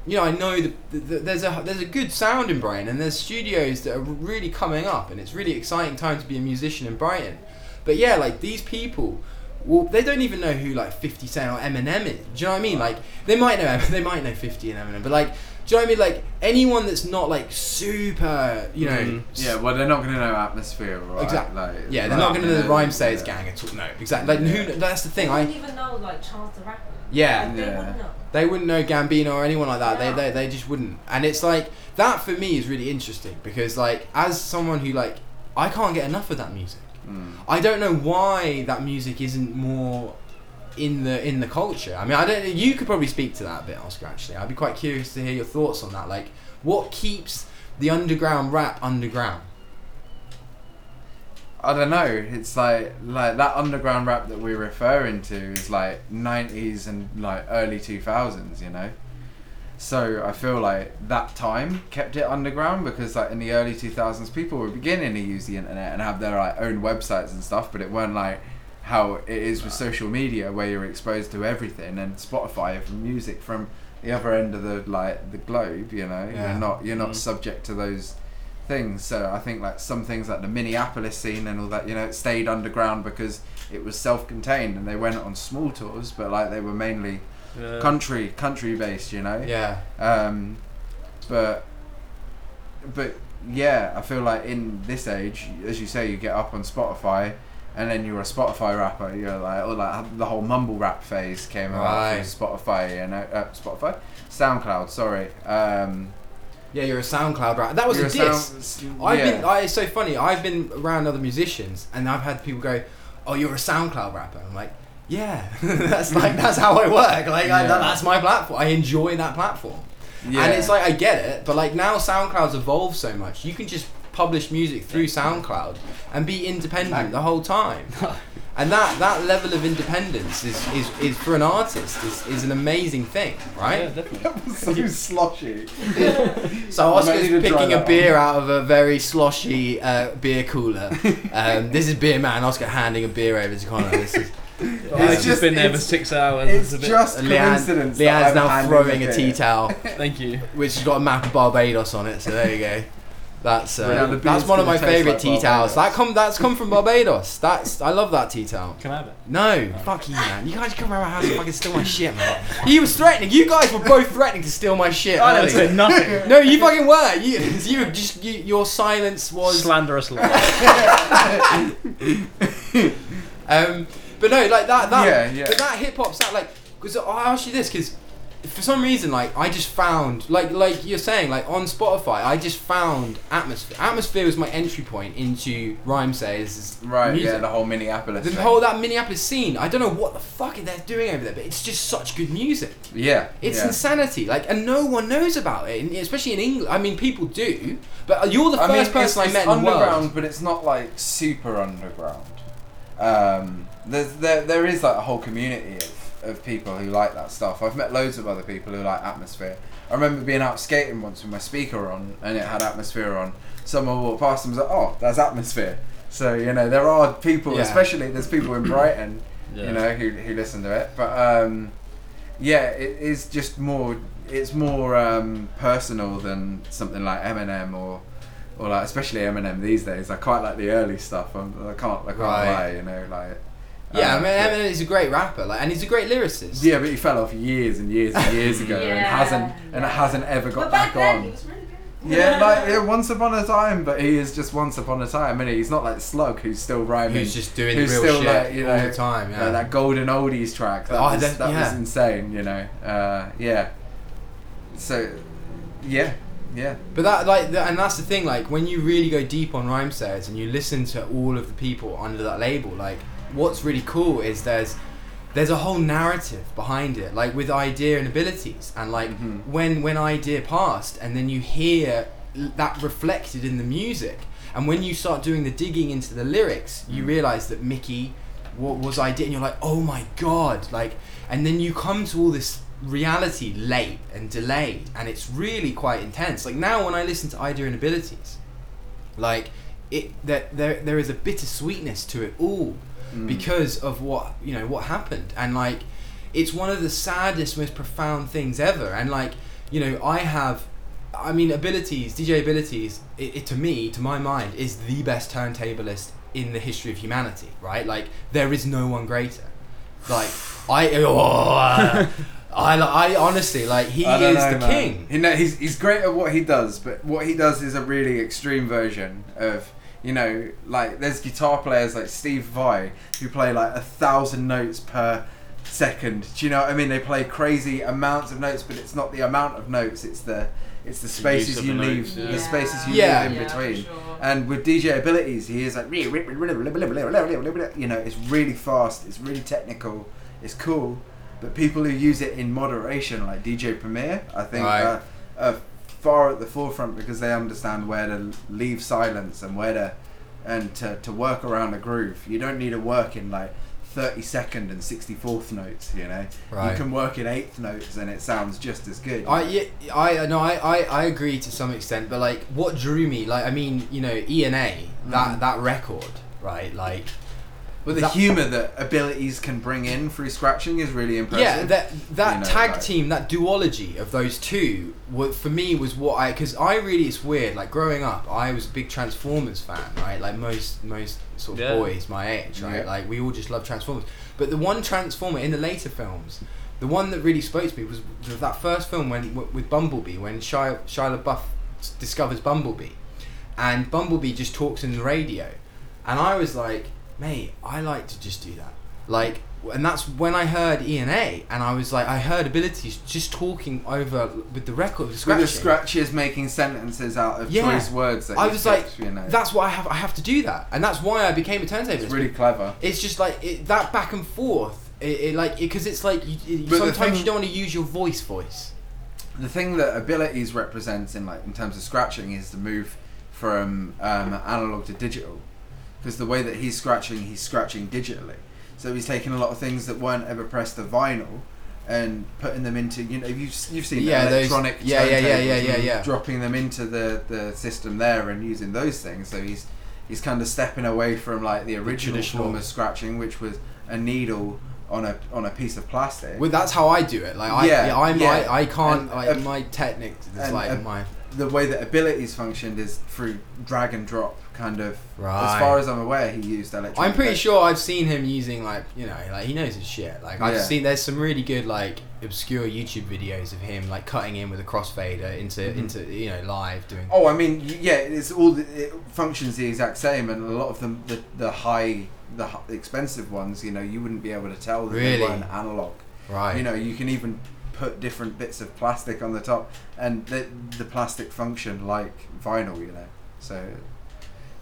Speaker 1: You know, I know the, the, the- there's a there's a good sound in Brighton, and there's studios that are really coming up, and it's really exciting time to be a musician in Brighton. But yeah, like these people, well, they don't even know who like Fifty Cent or Eminem is. Do you know what I mean? Like they might know Em- they might know Fifty and Eminem, but like, do you know what I mean? Like anyone that's not like super, you know, s-
Speaker 3: Mm-hmm. yeah well they're not gonna know atmosphere right
Speaker 1: Exact-
Speaker 3: like,
Speaker 1: yeah, they're
Speaker 3: like,
Speaker 1: not gonna know
Speaker 3: yeah,
Speaker 1: the Rhyme Sayers
Speaker 3: yeah.
Speaker 1: gang at all. No, exactly. Like who? That's the thing.
Speaker 6: I
Speaker 1: I
Speaker 6: didn't even know like Charles the Rapper.
Speaker 1: yeah,
Speaker 6: Like, they
Speaker 3: Yeah.
Speaker 6: wouldn't know.
Speaker 1: they wouldn't know Gambino or anyone like that.
Speaker 6: Yeah.
Speaker 1: They, they they just wouldn't. And it's like that for me is really interesting because like as someone who like I can't get enough of that music.
Speaker 3: Mm.
Speaker 1: I don't know why that music isn't more in the in the culture. I mean, I don't. You could probably speak to that a bit, Oscar. Actually, I'd be quite curious to hear your thoughts on that. Like, what keeps the underground rap underground?
Speaker 3: I don't know. It's like like that underground rap that we're referring to is like '90s and like early 2000s. You know, so I feel like that time kept it underground because like in the early 2000s, people were beginning to use the internet and have their like own websites and stuff, but it weren't like how it is with social media where you're exposed to everything and Spotify for music from the other end of the like the globe. You know,
Speaker 1: Yeah.
Speaker 3: you're not you're not
Speaker 2: Mm.
Speaker 3: subject to those things. So I think like some things like the Minneapolis scene and all that, you know, it stayed underground because it was self-contained and they went on small tours, but like they were mainly
Speaker 2: Yeah.
Speaker 3: country country based, you know.
Speaker 1: Yeah,
Speaker 3: Um, but but yeah, I feel like in this age, as you say, you get up on Spotify. And then you're a Spotify rapper. You're like, or like the whole mumble rap phase came out
Speaker 1: Right.
Speaker 3: from Spotify, you know, uh, Spotify, SoundCloud. Sorry, um,
Speaker 1: yeah. You're a SoundCloud rapper. That was
Speaker 3: you're
Speaker 1: a diss.
Speaker 3: Sound,
Speaker 1: I've
Speaker 3: yeah.
Speaker 1: been. I, it's so funny. I've been around other musicians, and I've had people go, "Oh, you're a SoundCloud rapper." I'm like, "Yeah, that's like that's how I work. Like I,
Speaker 3: Yeah.
Speaker 1: that, that's my platform. I enjoy that platform."
Speaker 3: yeah.
Speaker 1: And it's like I get it, but like now SoundCloud's evolved so much. You can just publish music through SoundCloud and be independent the whole time. and that that level of independence is is, is for an artist is, is an amazing thing,
Speaker 2: Yeah,
Speaker 1: right?
Speaker 2: definitely.
Speaker 3: so sloshy.
Speaker 1: So
Speaker 3: I might
Speaker 1: Oscar's
Speaker 3: need to try
Speaker 1: picking a
Speaker 3: that
Speaker 1: beer out of a very sloshy uh, beer cooler. Um, this is beer man. Oscar handing a beer over to Connor. This is
Speaker 2: I've just,
Speaker 3: just-
Speaker 2: been there for
Speaker 3: it's-
Speaker 2: six hours.
Speaker 3: It's
Speaker 2: a bit-
Speaker 3: just
Speaker 1: Leanne,
Speaker 3: coincidence. that
Speaker 1: Leanne's
Speaker 3: I'm
Speaker 1: now
Speaker 3: handing
Speaker 1: throwing
Speaker 3: the
Speaker 1: a tea
Speaker 3: beer.
Speaker 1: towel.
Speaker 2: Thank you.
Speaker 1: which has got a map of Barbados on it. So there you go. That's
Speaker 3: Yeah,
Speaker 1: uh,
Speaker 3: the
Speaker 1: that's
Speaker 3: beer's
Speaker 1: one of my
Speaker 3: gonna taste
Speaker 1: favourite
Speaker 3: like
Speaker 1: tea towels.
Speaker 3: Barbados.
Speaker 1: That come that's come from Barbados. That's I love that tea towel.
Speaker 2: Can I have it?
Speaker 1: No, fuck you, man. You guys come around my house and fucking steal my shit, man. He was threatening. You guys were both threatening to steal my shit.
Speaker 2: I
Speaker 1: earlier.
Speaker 2: said nothing.
Speaker 1: No, you fucking were. You, you were just you, your silence was
Speaker 2: Slanderous lie.
Speaker 1: Um, but no, like that, that,
Speaker 3: Yeah, yeah.
Speaker 1: but that hip hop sound, like, because I asked you this because for some reason, like, I just found, like, like you're saying, like on Spotify, I just found atmosphere. Atmosphere was my entry point into rhyme sayers.
Speaker 3: Right,
Speaker 1: music.
Speaker 3: yeah, the whole Minneapolis.
Speaker 1: The
Speaker 3: thing.
Speaker 1: whole that Minneapolis scene, I don't know what the fuck they're doing over there, but it's just such good music.
Speaker 3: yeah,
Speaker 1: It's
Speaker 3: yeah.
Speaker 1: insanity, like, and no one knows about it, and especially in England. I mean, people do, but you're the
Speaker 3: I
Speaker 1: first
Speaker 3: mean, it's,
Speaker 1: person I
Speaker 3: it's
Speaker 1: met in the
Speaker 3: underground,
Speaker 1: world.
Speaker 3: but it's not like super underground. Um, there's there there is like a whole community of, of people who like that stuff. I've met loads of other people who like atmosphere. I remember being out skating once with my speaker on, and it had atmosphere on. Someone walked past and was like, "Oh, that's atmosphere." So you know there are people,
Speaker 1: Yeah.
Speaker 3: especially there's people in Brighton,
Speaker 2: Yeah.
Speaker 3: you know, who who listen to it. But um, yeah, it is just more. It's more um, personal than something like Eminem or, or like especially Eminem these days. I quite like the early stuff. I'm, I can't. I can't
Speaker 1: Right.
Speaker 3: lie. You know, like.
Speaker 1: Yeah,
Speaker 3: uh,
Speaker 1: I mean,
Speaker 3: but-
Speaker 1: Eminem is a great rapper, like, and he's a great lyricist.
Speaker 3: Yeah, but he fell off years and years and years ago, and
Speaker 6: Yeah,
Speaker 3: hasn't and
Speaker 6: yeah.
Speaker 3: hasn't ever got
Speaker 6: But back then
Speaker 3: on.
Speaker 6: he was really good.
Speaker 3: Yeah, like yeah, once upon a time, but he is just once upon a time, and he's not like Slug, who's still rhyming.
Speaker 1: Who's just doing the
Speaker 3: who's
Speaker 1: real
Speaker 3: still,
Speaker 1: shit
Speaker 3: like, you
Speaker 1: all
Speaker 3: know,
Speaker 1: the time. Yeah.
Speaker 3: Like that golden oldies track. That,
Speaker 1: Oh, I
Speaker 3: was,
Speaker 1: don't-
Speaker 3: that
Speaker 1: yeah.
Speaker 3: was insane, you know. Uh, yeah. So, yeah, yeah.
Speaker 1: But that like the, and that's the thing like when you really go deep on rhyme sets and you listen to all of the people under that label like what's really cool is there's there's a whole narrative behind it like with idea and abilities and like
Speaker 3: Mhm.
Speaker 1: when when idea passed and then you hear l- that reflected in the music and when you start doing the digging into the lyrics you realize that Mickey what was I did? And you're like, oh my god, like, and then you come to all this reality late and delayed, and it's really quite intense. Like now, when I listen to Idea and Abilities, like it that there there is a bittersweetness to it all
Speaker 3: Mm.
Speaker 1: because of what you know what happened, and like it's one of the saddest, most profound things ever. And like, you know, I have, I mean, abilities, DJ abilities. It, it to me, to my mind, is the best turntablist in the history of humanity. Right? Like, there is no one greater. Like, I, oh, I, I honestly like he
Speaker 3: I
Speaker 1: is
Speaker 3: don't know,
Speaker 1: the
Speaker 3: man.
Speaker 1: king.
Speaker 3: He know, he's he's great at what he does, but what he does is a really extreme version of you know like there's guitar players like Steve Vai who play like a thousand notes per second. Do you know what I mean? They play crazy amounts of notes, but it's not the amount of notes; it's the it's the spaces
Speaker 2: use of
Speaker 3: you
Speaker 2: the
Speaker 3: leave,
Speaker 2: notes,
Speaker 3: the spaces you
Speaker 1: Yeah.
Speaker 3: leave in
Speaker 6: Yeah, for
Speaker 3: between. Uh,
Speaker 6: sure.
Speaker 3: And with DJ abilities, he is like you know, it's really fast, it's really technical, it's cool. But people who use it in moderation, like DJ Premier, I think
Speaker 1: Right.
Speaker 3: are, are far at the forefront because they understand where to leave silence and where to and to, to work around a groove. You don't need to work in like 32nd and 64th notes, you know.
Speaker 1: Right.
Speaker 3: You can work in eighth notes and it sounds just as good.
Speaker 1: I yeah, I no I, I I agree to some extent, but like what drew me like I mean you know E and A that that record right like
Speaker 3: but the
Speaker 1: that-
Speaker 3: humour that abilities can bring in through scratching is really impressive.
Speaker 1: Yeah, that that
Speaker 3: You know,
Speaker 1: tag
Speaker 3: like-
Speaker 1: team, that duology of those two, wa for me was what I because I really it's weird. Like growing up, I was a big Transformers fan, right? Like most most sort of
Speaker 2: Yeah.
Speaker 1: boys my age, right?
Speaker 3: Yeah.
Speaker 1: Like we all just love Transformers. But the one Transformer in the later films, the one that really spoke to me was th- that first film when w- with Bumblebee when Shia, Shia LaBeouf s- discovers Bumblebee, and Bumblebee just talks in the radio, and I was like, mate, I like to just do that. Like, and that's when I heard E and A, and I was like, I heard abilities just talking over with the record, with the
Speaker 3: With
Speaker 1: scratching.
Speaker 3: the scratches making sentences out of
Speaker 1: Yeah.
Speaker 3: choice words. That
Speaker 1: I
Speaker 3: you
Speaker 1: was like,
Speaker 3: picked, you know.
Speaker 1: that's what I have. I have to do that, and that's why I became a turntablist.
Speaker 3: it's really clever.
Speaker 1: It's just like it, that back and forth. It, it like because it's like you, you-
Speaker 3: But the
Speaker 1: sometimes
Speaker 3: thing-
Speaker 1: you don't want to use your voice. Voice.
Speaker 3: The thing that abilities represents in like in terms of scratching is the move from um, analog to digital, because the way that he's scratching, he's scratching digitally. So he's taking a lot of things that weren't ever pressed to vinyl and putting them into you know you've you've seen
Speaker 1: Yeah, those-
Speaker 3: electronic
Speaker 1: yeah, yeah, yeah,
Speaker 3: turntables
Speaker 1: yeah, yeah,
Speaker 3: and
Speaker 1: yeah.
Speaker 3: dropping them into the the system there and using those things. So he's he's kind of stepping away from like the original
Speaker 1: traditional.
Speaker 3: form of scratching, which was a needle on a on a piece of plastic.
Speaker 1: Well, that's how I do it. Like I,
Speaker 3: Yeah,
Speaker 1: yeah, I'm,
Speaker 3: yeah.
Speaker 1: I, I can't.
Speaker 3: And,
Speaker 1: like
Speaker 3: uh,
Speaker 1: my technique is
Speaker 3: and,
Speaker 1: like
Speaker 3: uh,
Speaker 1: my.
Speaker 3: the way that abilities functioned is through drag and drop kind of
Speaker 1: Right.
Speaker 3: as far as I'm aware he used electronic
Speaker 1: I'm pretty sure I've seen him using like you know like he knows his shit. Like I've
Speaker 3: Yeah.
Speaker 1: seen there's some really good like obscure YouTube videos of him like cutting in with a crossfader into into you know live doing.
Speaker 3: Mm-hmm. oh I mean y- yeah it's all the, it functions the exact same and a lot of them the, the high the h- expensive ones you know you wouldn't be able to tell that they
Speaker 1: Really?
Speaker 3: were an analog
Speaker 1: right.
Speaker 3: you know you can even put different bits of plastic on the top and the, the plastic function like vinyl you know so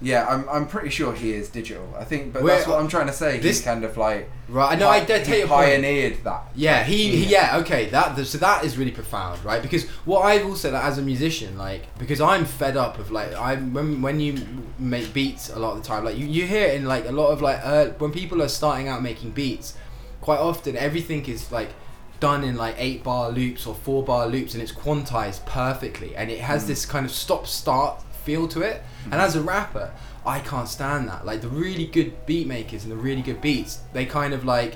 Speaker 3: yeah I'm, I'm pretty sure he is digital I think but
Speaker 1: Where-
Speaker 3: that's what I'm trying to say
Speaker 1: uh, this-
Speaker 3: he's kind of like
Speaker 1: right. I know. I did
Speaker 3: he
Speaker 1: take a point.
Speaker 3: pioneered that
Speaker 1: Yeah, he, he yeah, okay. That th- so that is really profound, right? Because what I've also like, as a musician, like because I'm fed up of like I when when you make beats a lot of the time, like you, you hear it in like a lot of like uh, when people are starting out making beats, quite often everything is like done in like eight bar loops or four bar loops and it's quantized perfectly and it
Speaker 3: Mm.
Speaker 1: has this kind of stop start feel to it. And as a rapper, I can't stand that. Like the really good beat makers and the really good beats, they kind of like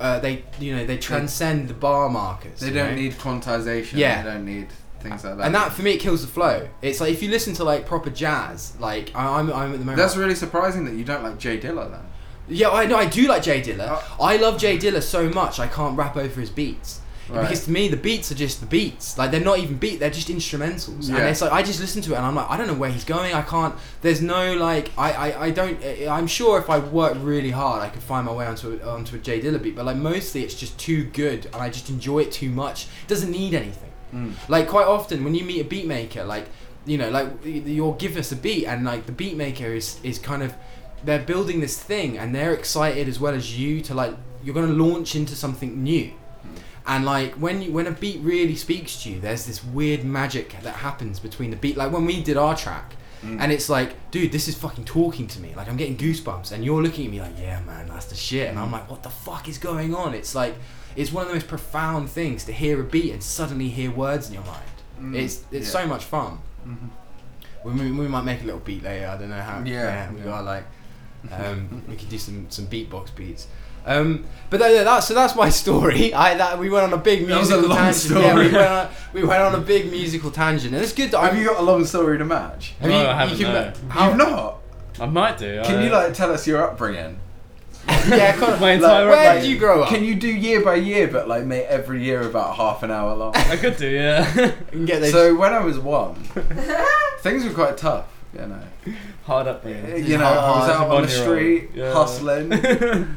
Speaker 1: uh, they you know they transcend the bar markers.
Speaker 3: They
Speaker 1: you
Speaker 3: don't
Speaker 1: know?
Speaker 3: need quantization.
Speaker 1: Yeah.
Speaker 3: They don't need things like that.
Speaker 1: And that for me it kills the flow. It's like if you listen to like proper jazz, like I, I'm, I'm at the moment.
Speaker 3: That's really surprising that you don't like Jay Dilla then.
Speaker 1: yeah, I know I do like Jay Dilla.
Speaker 3: Uh,
Speaker 1: I love Jay Dilla so much I can't rap over his beats.
Speaker 3: Right.
Speaker 1: Because to me the beats are just the beats. Like they're not even beat, they're just instrumentals.
Speaker 3: Yeah.
Speaker 1: And it's like I just listen to it and I'm like I don't know where he's going. I can't. There's no like I I, I don't. I- I'm sure if I work really hard I could find my way onto a, onto a Jay Dilla beat. But like mostly it's just too good and I just enjoy it too much. It doesn't need anything. Like quite often when you meet a beat maker, like you know, like y- you'll give us a beat, and like the beat maker is is kind of they're building this thing, and they're excited as well as you to like you're gonna launch into something new. And like when you, when a beat really speaks to you, there's this weird magic that happens between the beat. Like when we did our track,
Speaker 3: Mm.
Speaker 1: And it's like, dude, this is fucking talking to me. Like I'm getting goosebumps, and you're looking at me like, yeah, man, that's the shit.
Speaker 3: Mm.
Speaker 1: And I'm like, what the fuck is going on? It's like, it's one of the most profound things to hear a beat and suddenly hear words in your mind.
Speaker 3: Mm.
Speaker 1: It's it's
Speaker 3: Yeah.
Speaker 1: so much fun.
Speaker 3: Mhm.
Speaker 1: We, we, we might make a little beat later. I don't know how.
Speaker 3: Yeah.
Speaker 1: we are like, um, we could do some some beatbox beats. Um, but that, that's so that's my story. I that we went on a big
Speaker 3: That was a
Speaker 1: musical
Speaker 3: long
Speaker 1: tangent. Yeah,
Speaker 3: story.
Speaker 1: we went on we went on a big musical tangent, and it's good. That
Speaker 3: Have
Speaker 1: I'm,
Speaker 3: you got a long story to match?
Speaker 1: have
Speaker 2: No,
Speaker 1: you-
Speaker 2: I
Speaker 1: you
Speaker 2: haven't,
Speaker 1: can-
Speaker 2: no.
Speaker 1: how-
Speaker 3: You've not.
Speaker 2: I might do.
Speaker 3: Can
Speaker 2: I-
Speaker 3: you like tell us your upbringing?
Speaker 1: yeah, kind of,
Speaker 2: my
Speaker 1: like,
Speaker 2: entire
Speaker 1: where
Speaker 2: upbringing.
Speaker 1: did you grow up?
Speaker 3: Can you do year by year, but like make every year about half an hour long?
Speaker 2: I could do, yeah.
Speaker 1: can get those.
Speaker 3: so when I was one, things were quite tough. You know,
Speaker 2: Hard upbringing.
Speaker 3: you know, I was
Speaker 2: hard as
Speaker 3: out
Speaker 2: a
Speaker 3: on the
Speaker 2: one-year-old.
Speaker 3: street
Speaker 2: Yeah.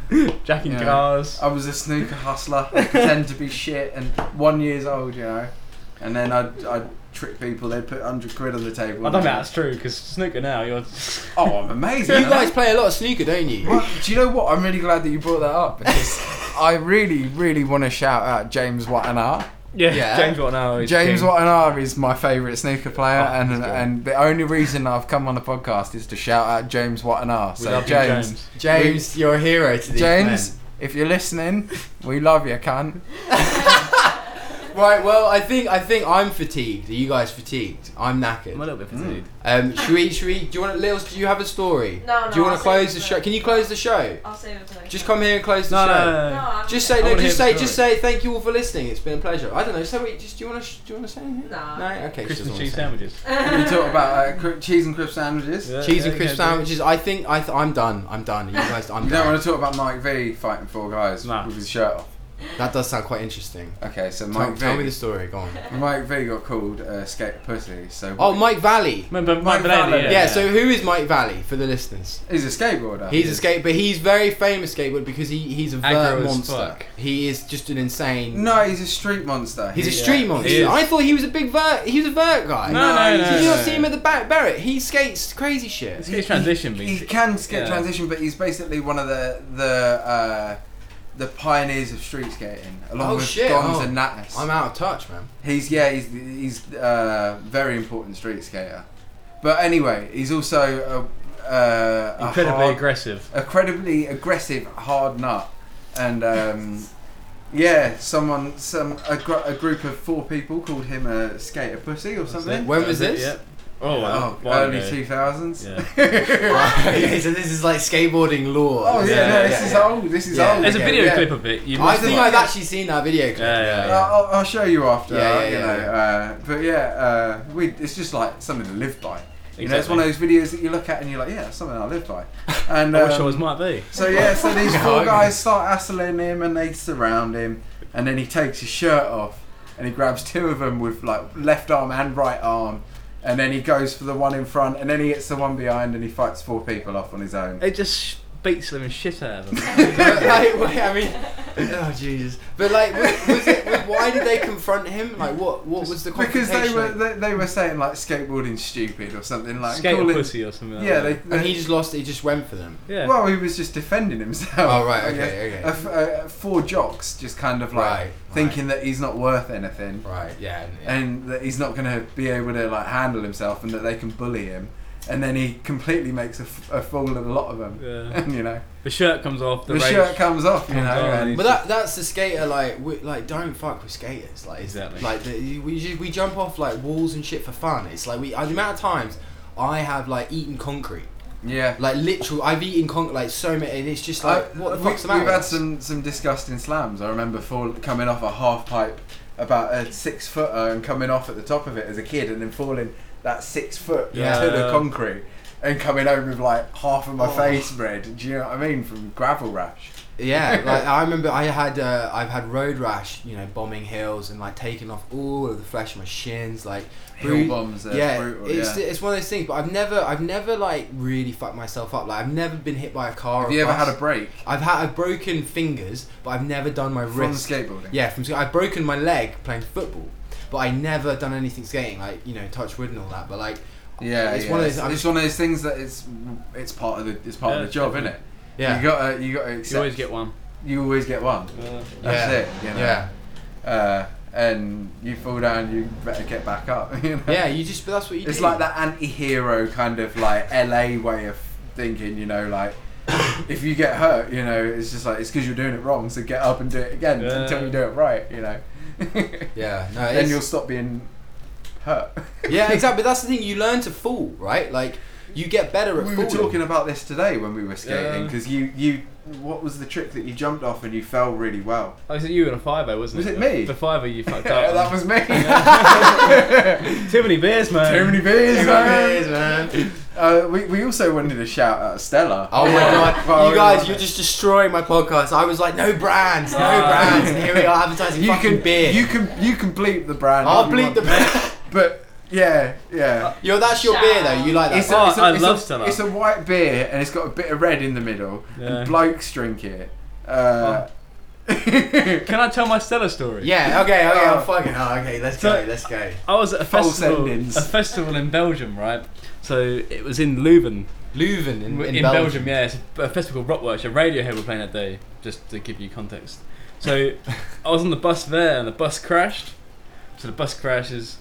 Speaker 3: hustling.
Speaker 2: Jacking
Speaker 3: Yeah.
Speaker 2: cars.
Speaker 3: I was a snooker hustler. I pretend to be shit and one years old, you know. And then I'd, I'd trick people. They'd put hundred quid on the table.
Speaker 2: I don't think that's true because snooker now you're.
Speaker 3: Oh, I'm amazing.
Speaker 1: you
Speaker 3: aren't I?
Speaker 1: guys play a lot of snooker, don't you?
Speaker 3: Well, do you know what? I'm really glad that you brought that up because I really, really want to shout out James Wattenar.
Speaker 2: yeah,
Speaker 1: Yeah.
Speaker 2: James what now? Is
Speaker 3: James
Speaker 2: king.
Speaker 3: Wattenar is my favourite snooker player,
Speaker 2: Oh, he's
Speaker 3: and
Speaker 2: good.
Speaker 3: and the only reason I've come on the podcast is to shout out James Wattenar.
Speaker 2: We
Speaker 3: So
Speaker 2: love you,
Speaker 3: James, James,
Speaker 2: James.
Speaker 1: James, you're a hero to these men.
Speaker 3: if you're listening, we love you, cunt.
Speaker 1: Right, well, I think I think I'm fatigued. Are you guys fatigued? I'm knackered.
Speaker 2: I'm a little bit fatigued.
Speaker 1: Um, should we, should we, do you want to, Lils, do you have a story?
Speaker 6: No, no,
Speaker 1: Do you want
Speaker 6: I'll
Speaker 1: to close
Speaker 6: save
Speaker 1: the
Speaker 6: it for-
Speaker 1: show? Can you close the show?
Speaker 6: I'll save it for next
Speaker 1: Just
Speaker 6: time.
Speaker 1: come here and close the
Speaker 2: No,
Speaker 1: show.
Speaker 2: no,
Speaker 6: No,
Speaker 2: no.
Speaker 6: I'm
Speaker 1: Just say no.
Speaker 2: wanna
Speaker 1: Just
Speaker 2: hear
Speaker 1: say.
Speaker 2: the
Speaker 1: Just say thank you all for listening. It's been a pleasure. I don't know. So wait, just do you want to? Do you want to say anything?
Speaker 6: No.
Speaker 1: No. Okay. she doesn't
Speaker 2: Christmas
Speaker 1: wanna
Speaker 2: cheese
Speaker 1: say anything.
Speaker 2: sandwiches.
Speaker 3: We talk about uh, cri- cheese and crisp sandwiches.
Speaker 2: Yeah,
Speaker 1: Cheese and
Speaker 2: yeah, you
Speaker 1: crisp
Speaker 2: can do.
Speaker 1: sandwiches. I think I th- I'm done. I'm done. You guys, I'm
Speaker 3: You don't
Speaker 1: done.
Speaker 3: want to talk about Mike V fighting four guys
Speaker 2: Nah.
Speaker 3: with his shirt off.
Speaker 1: That does sound quite interesting.
Speaker 3: Okay, so
Speaker 1: Tell,
Speaker 3: Mike
Speaker 1: tell me
Speaker 3: V.
Speaker 1: the story. Go on.
Speaker 3: Mike V got called uh, skate pussy. So
Speaker 1: Oh, Mike Valley.
Speaker 2: Remember
Speaker 3: Mike
Speaker 2: Mike Delaney?
Speaker 3: Fallon.
Speaker 1: Yeah. So who is Mike Valley for the listeners?
Speaker 3: he's a skateboarder.
Speaker 1: He's a skate, but he's very famous skateboard because he, he's a
Speaker 2: Aggro
Speaker 1: vert
Speaker 2: as
Speaker 1: monster.
Speaker 2: fuck.
Speaker 1: He is just an insane.
Speaker 3: No, he's a street monster.
Speaker 1: He's a
Speaker 3: He-
Speaker 1: street
Speaker 2: He
Speaker 1: monster.
Speaker 2: is.
Speaker 1: I thought he was a big vert. He was a vert guy.
Speaker 2: No, no, no.
Speaker 1: Did you
Speaker 2: no,
Speaker 1: not
Speaker 2: no.
Speaker 1: see him at the back Barrett? He skates crazy shit.
Speaker 2: It's his transition,
Speaker 3: He
Speaker 2: basically.
Speaker 3: can skate
Speaker 2: Yeah.
Speaker 3: transition, but he's basically one of the the uh, the pioneers of street skating, along
Speaker 1: Oh,
Speaker 3: with
Speaker 1: shit,
Speaker 3: Gons
Speaker 1: oh.
Speaker 3: and Natus.
Speaker 1: I'm out of touch, man.
Speaker 3: He's yeah, he's he's uh, very important street skater. But anyway, he's also a, uh, a
Speaker 2: Incredibly
Speaker 3: hard,
Speaker 2: aggressive.
Speaker 3: incredibly aggressive hard nut, and um, yeah, someone some a, gr- a group of four people called him a skater pussy or something.
Speaker 1: When
Speaker 2: That
Speaker 1: was
Speaker 2: it,
Speaker 1: this?
Speaker 2: yeah. Oh, wow.
Speaker 3: Oh,
Speaker 2: Wow,
Speaker 3: early
Speaker 2: yeah.
Speaker 3: two thousands.
Speaker 2: Yeah.
Speaker 1: okay, so this is like skateboarding lore.
Speaker 3: Oh yeah,
Speaker 2: Yeah,
Speaker 3: no,
Speaker 2: yeah,
Speaker 3: this is
Speaker 1: yeah.
Speaker 3: old. This is
Speaker 1: Yeah.
Speaker 3: old.
Speaker 2: There's a
Speaker 1: Okay,
Speaker 2: video
Speaker 3: yeah.
Speaker 2: clip of it. You
Speaker 1: I
Speaker 2: must
Speaker 1: think
Speaker 2: watch.
Speaker 1: I've actually seen that video clip.
Speaker 2: Yeah, yeah,
Speaker 3: Uh, I'll, I'll show you after.
Speaker 1: Yeah,
Speaker 3: uh,
Speaker 1: yeah,
Speaker 3: you
Speaker 1: yeah,
Speaker 3: know, Uh, but yeah, uh, we, it's just like something to live by. You know, it's
Speaker 2: Exactly.
Speaker 3: one of those videos that you look at and you're like, yeah, that's something I live by. And
Speaker 2: I wish I
Speaker 3: um,
Speaker 2: was Mike V.
Speaker 3: so yeah, so these
Speaker 1: Yeah,
Speaker 3: four
Speaker 1: okay.
Speaker 3: guys start hassling him and they surround him, and then he takes his shirt off and he grabs two of them with like left arm and right arm, and then he goes for the one in front, and then he hits the one behind, and he fights four people off on his own.
Speaker 2: It just beats them and shit out of them.
Speaker 1: But, like, wait, I mean, oh Jesus! But like, was, was it, why did they confront him? Like, what what was the
Speaker 3: Because
Speaker 1: confrontation?
Speaker 3: they were
Speaker 1: like?
Speaker 3: they, they were saying like skateboarding's stupid or something like
Speaker 2: Skate a
Speaker 3: calling-
Speaker 2: pussy or something. Like
Speaker 3: Yeah, they,
Speaker 2: that.
Speaker 3: they
Speaker 1: uh, and he just lost. He just went for them.
Speaker 2: yeah.
Speaker 3: Well, he was just defending himself.
Speaker 1: Oh, right,
Speaker 3: I
Speaker 1: okay, okay.
Speaker 3: guess. A f- a- a four jocks just kind of like
Speaker 1: Right,
Speaker 3: thinking that he's not worth anything
Speaker 1: Right. Yeah. and- yeah.
Speaker 3: and that he's not going to be able to like handle himself and that they can bully him. And then he completely makes a, f- a fool of a lot of them.
Speaker 2: Yeah.
Speaker 3: And you know,
Speaker 2: the shirt comes off. The,
Speaker 3: the,
Speaker 2: rage.
Speaker 3: shirt comes off, you
Speaker 2: comes
Speaker 3: know.
Speaker 2: on and
Speaker 3: and-
Speaker 2: he's-
Speaker 1: But that that's the skater like we, like don't fuck with skaters like it's-
Speaker 2: Exactly.
Speaker 1: like the, we ju- we jump off like walls and shit for fun. It's like we uh, the amount of times I have like eaten concrete
Speaker 3: yeah.
Speaker 1: like literal I've eaten concrete like so many and it's just like
Speaker 3: I-
Speaker 1: what the
Speaker 3: we,
Speaker 1: fuck's the matter?
Speaker 3: We've had
Speaker 1: with
Speaker 3: some, some disgusting slams. I remember fall, coming off a half pipe about a six footer and coming off at the top of it as a kid and then falling that six foot
Speaker 2: Yeah.
Speaker 3: to the concrete and coming home with like half of my
Speaker 1: Oh.
Speaker 3: face red. Do you know what I mean? From gravel rash.
Speaker 1: Yeah, like I remember I had uh, I've had road rash, you know, bombing hills and like taking off all of the flesh on my shins, like
Speaker 3: Hill
Speaker 1: bru-
Speaker 3: bombs are
Speaker 1: yeah,
Speaker 3: brutal,
Speaker 1: it's
Speaker 3: yeah.
Speaker 1: it's one of those things. But I've never I've never like really fucked myself up. Like I've never been hit by a car.
Speaker 3: Have
Speaker 1: or
Speaker 3: you ever
Speaker 1: bus.
Speaker 3: had a break
Speaker 1: I've had I've broken fingers, but I've never done my
Speaker 3: from
Speaker 1: wrist.
Speaker 3: skateboarding?
Speaker 1: Yeah, from sk- I've broken my leg playing football, but I never done anything skating, like you know, touch wood and all that. But like,
Speaker 3: Yeah,
Speaker 1: it's
Speaker 3: yeah.
Speaker 1: one of
Speaker 3: it's,
Speaker 1: those. I'm
Speaker 3: it's one of those things that it's it's part of the it's part
Speaker 2: Yeah,
Speaker 3: of the job, isn't it?
Speaker 1: yeah,
Speaker 3: You gotta you gotta accept.
Speaker 2: You always get one.
Speaker 3: You always get one.
Speaker 2: Uh,
Speaker 1: Yeah.
Speaker 3: That's it. You know?
Speaker 1: yeah.
Speaker 3: Uh, and you fall down, you better get back up. You know?
Speaker 1: Yeah, you just but that's what you
Speaker 3: It's
Speaker 1: do.
Speaker 3: like that anti-hero kind of like LA way of thinking, you know, like if you get hurt, you know, it's just like it's because you're doing it wrong, so get up and do it again
Speaker 2: Yeah.
Speaker 3: until you do it right, you know.
Speaker 1: Yeah, no.
Speaker 3: then
Speaker 1: it's-
Speaker 3: you'll stop being hurt.
Speaker 1: yeah, exactly. But that's the thing. You learn to fall, right? Like you get better at
Speaker 3: We were
Speaker 1: falling.
Speaker 3: talking about this today when we were skating
Speaker 2: Yeah.
Speaker 3: because you you what was the trick that you jumped off and you fell really well?
Speaker 2: I was Oh, it you and a fiver, wasn't
Speaker 3: Was
Speaker 2: it?
Speaker 3: it me?
Speaker 2: The fiver you fucked up.
Speaker 3: that was me.
Speaker 2: too many beers, man.
Speaker 3: Too many beers,
Speaker 1: Too many
Speaker 3: man.
Speaker 1: beers, man.
Speaker 3: Uh, we, we also wanted to shout out Stella.
Speaker 1: Oh my
Speaker 3: Well,
Speaker 1: god, you
Speaker 3: we
Speaker 1: guys,
Speaker 3: were-
Speaker 1: you're just destroying my podcast. I was like, no brands, no
Speaker 2: Ah.
Speaker 1: brands, and here we are advertising
Speaker 3: you
Speaker 1: fucking
Speaker 3: can
Speaker 1: beer.
Speaker 3: You can you can bleep the brand.
Speaker 1: I'll
Speaker 3: if you
Speaker 1: bleep
Speaker 3: want,
Speaker 1: the brand.
Speaker 3: But yeah, yeah.
Speaker 1: Yo, that's your beer though. You like that?
Speaker 2: Oh, I love
Speaker 3: a,
Speaker 2: Stella.
Speaker 3: It's a white beer and it's got a bit of red in the middle.
Speaker 2: Yeah.
Speaker 3: And blokes drink it. Uh,
Speaker 2: Can I tell my Stella story?
Speaker 1: yeah. Okay. Okay.
Speaker 3: Oh.
Speaker 1: I'm fucking. Oh, okay. Let's
Speaker 2: So-
Speaker 1: go. Let's go.
Speaker 2: I was at a
Speaker 3: False
Speaker 2: festival,
Speaker 3: endings.
Speaker 2: a festival in Belgium, right? So it was in Leuven,
Speaker 1: Leuven in,
Speaker 2: in,
Speaker 1: in,
Speaker 2: Belgium. Yeah, it's a, a festival called Rockworks. A Radiohead were playing that day, just to give you context. So I was on the bus there, and the bus crashed. So the bus crashes.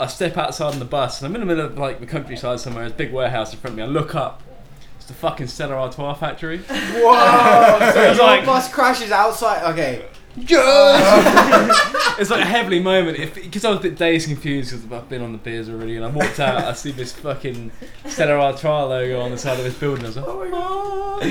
Speaker 2: I step outside on the bus, and I'm in the middle of like the countryside somewhere. There's a big warehouse in front of me. I look up. It's the fucking Stella Artois factory.
Speaker 1: Whoa!
Speaker 2: So
Speaker 1: so
Speaker 2: it's
Speaker 1: your
Speaker 2: like-
Speaker 1: bus crashes outside. Okay.
Speaker 2: It's like a heavenly moment because I was a bit dazed, and confused because I've been on the beers already, and I walked out. I see this fucking Stella Artois logo on the side of this building. I was like, oh my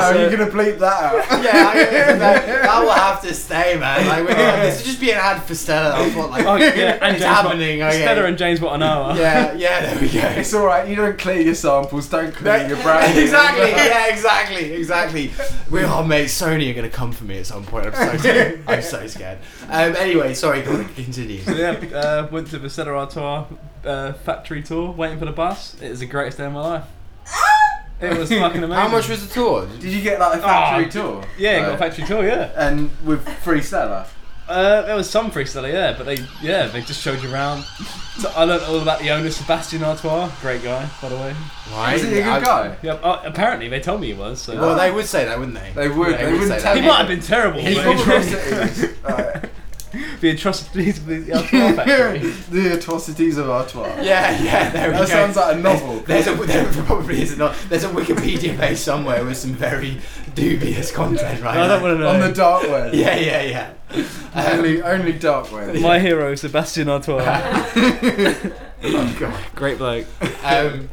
Speaker 3: how are you gonna bleep that out?
Speaker 1: Yeah, I, that, that will have to stay, man. Like, we're not, this would just be an ad for Stella. I thought, like,
Speaker 2: Oh, yeah, and
Speaker 1: it's
Speaker 2: James Wa-
Speaker 1: happening. Okay.
Speaker 2: Stella and James Watanawa.
Speaker 1: yeah, yeah. There we go.
Speaker 3: It's all right. You don't clear your samples. Don't clear your brand.
Speaker 1: exactly. Yeah, exactly. Exactly. We are, mate. Sony are gonna come for me at some point. I'm so scared. I'm so scared. Um. Anyway, sorry. Go on, continue.
Speaker 2: So yeah, uh, went to the Stella Artois uh, factory tour, waiting for the bus. It was the greatest day of my life. It was fucking amazing.
Speaker 1: How much was the tour?
Speaker 3: Did you get like a factory
Speaker 2: Ah,
Speaker 3: tour?
Speaker 2: Yeah,
Speaker 3: Like,
Speaker 2: got a factory tour. Yeah,
Speaker 3: And with free Stella.
Speaker 2: uh, there was some free Stella, yeah, but they yeah they just showed you around. So I learned all about the owner, Sebastian Artois. Great guy, by the way.
Speaker 1: Right.
Speaker 3: Is he a
Speaker 1: I-
Speaker 3: good guy?
Speaker 2: Yeah, uh, apparently they told me he was. So.
Speaker 1: Well, they would say that, wouldn't they?
Speaker 3: They would.
Speaker 1: They
Speaker 3: They,
Speaker 1: would
Speaker 3: wouldn't
Speaker 1: say
Speaker 3: tell
Speaker 1: that.
Speaker 2: He
Speaker 3: you.
Speaker 2: might have been terrible.
Speaker 3: He
Speaker 2: but
Speaker 3: probably
Speaker 2: trying
Speaker 3: said it was, uh,
Speaker 2: to be entrusted to the Artois factory.
Speaker 3: the atrocities of Artois.
Speaker 1: Yeah, yeah, there we
Speaker 3: That
Speaker 1: go.
Speaker 3: sounds like a novel.
Speaker 1: There's a there probably is not. There's a Wikipedia page somewhere with some very dubious content, right?
Speaker 2: I don't want to know.
Speaker 3: On the dark web.
Speaker 1: Yeah, yeah, yeah. Um,
Speaker 3: Only, only dark web.
Speaker 2: My hero, Sebastian Artois.
Speaker 1: Oh god.
Speaker 2: Great bloke.
Speaker 1: Um,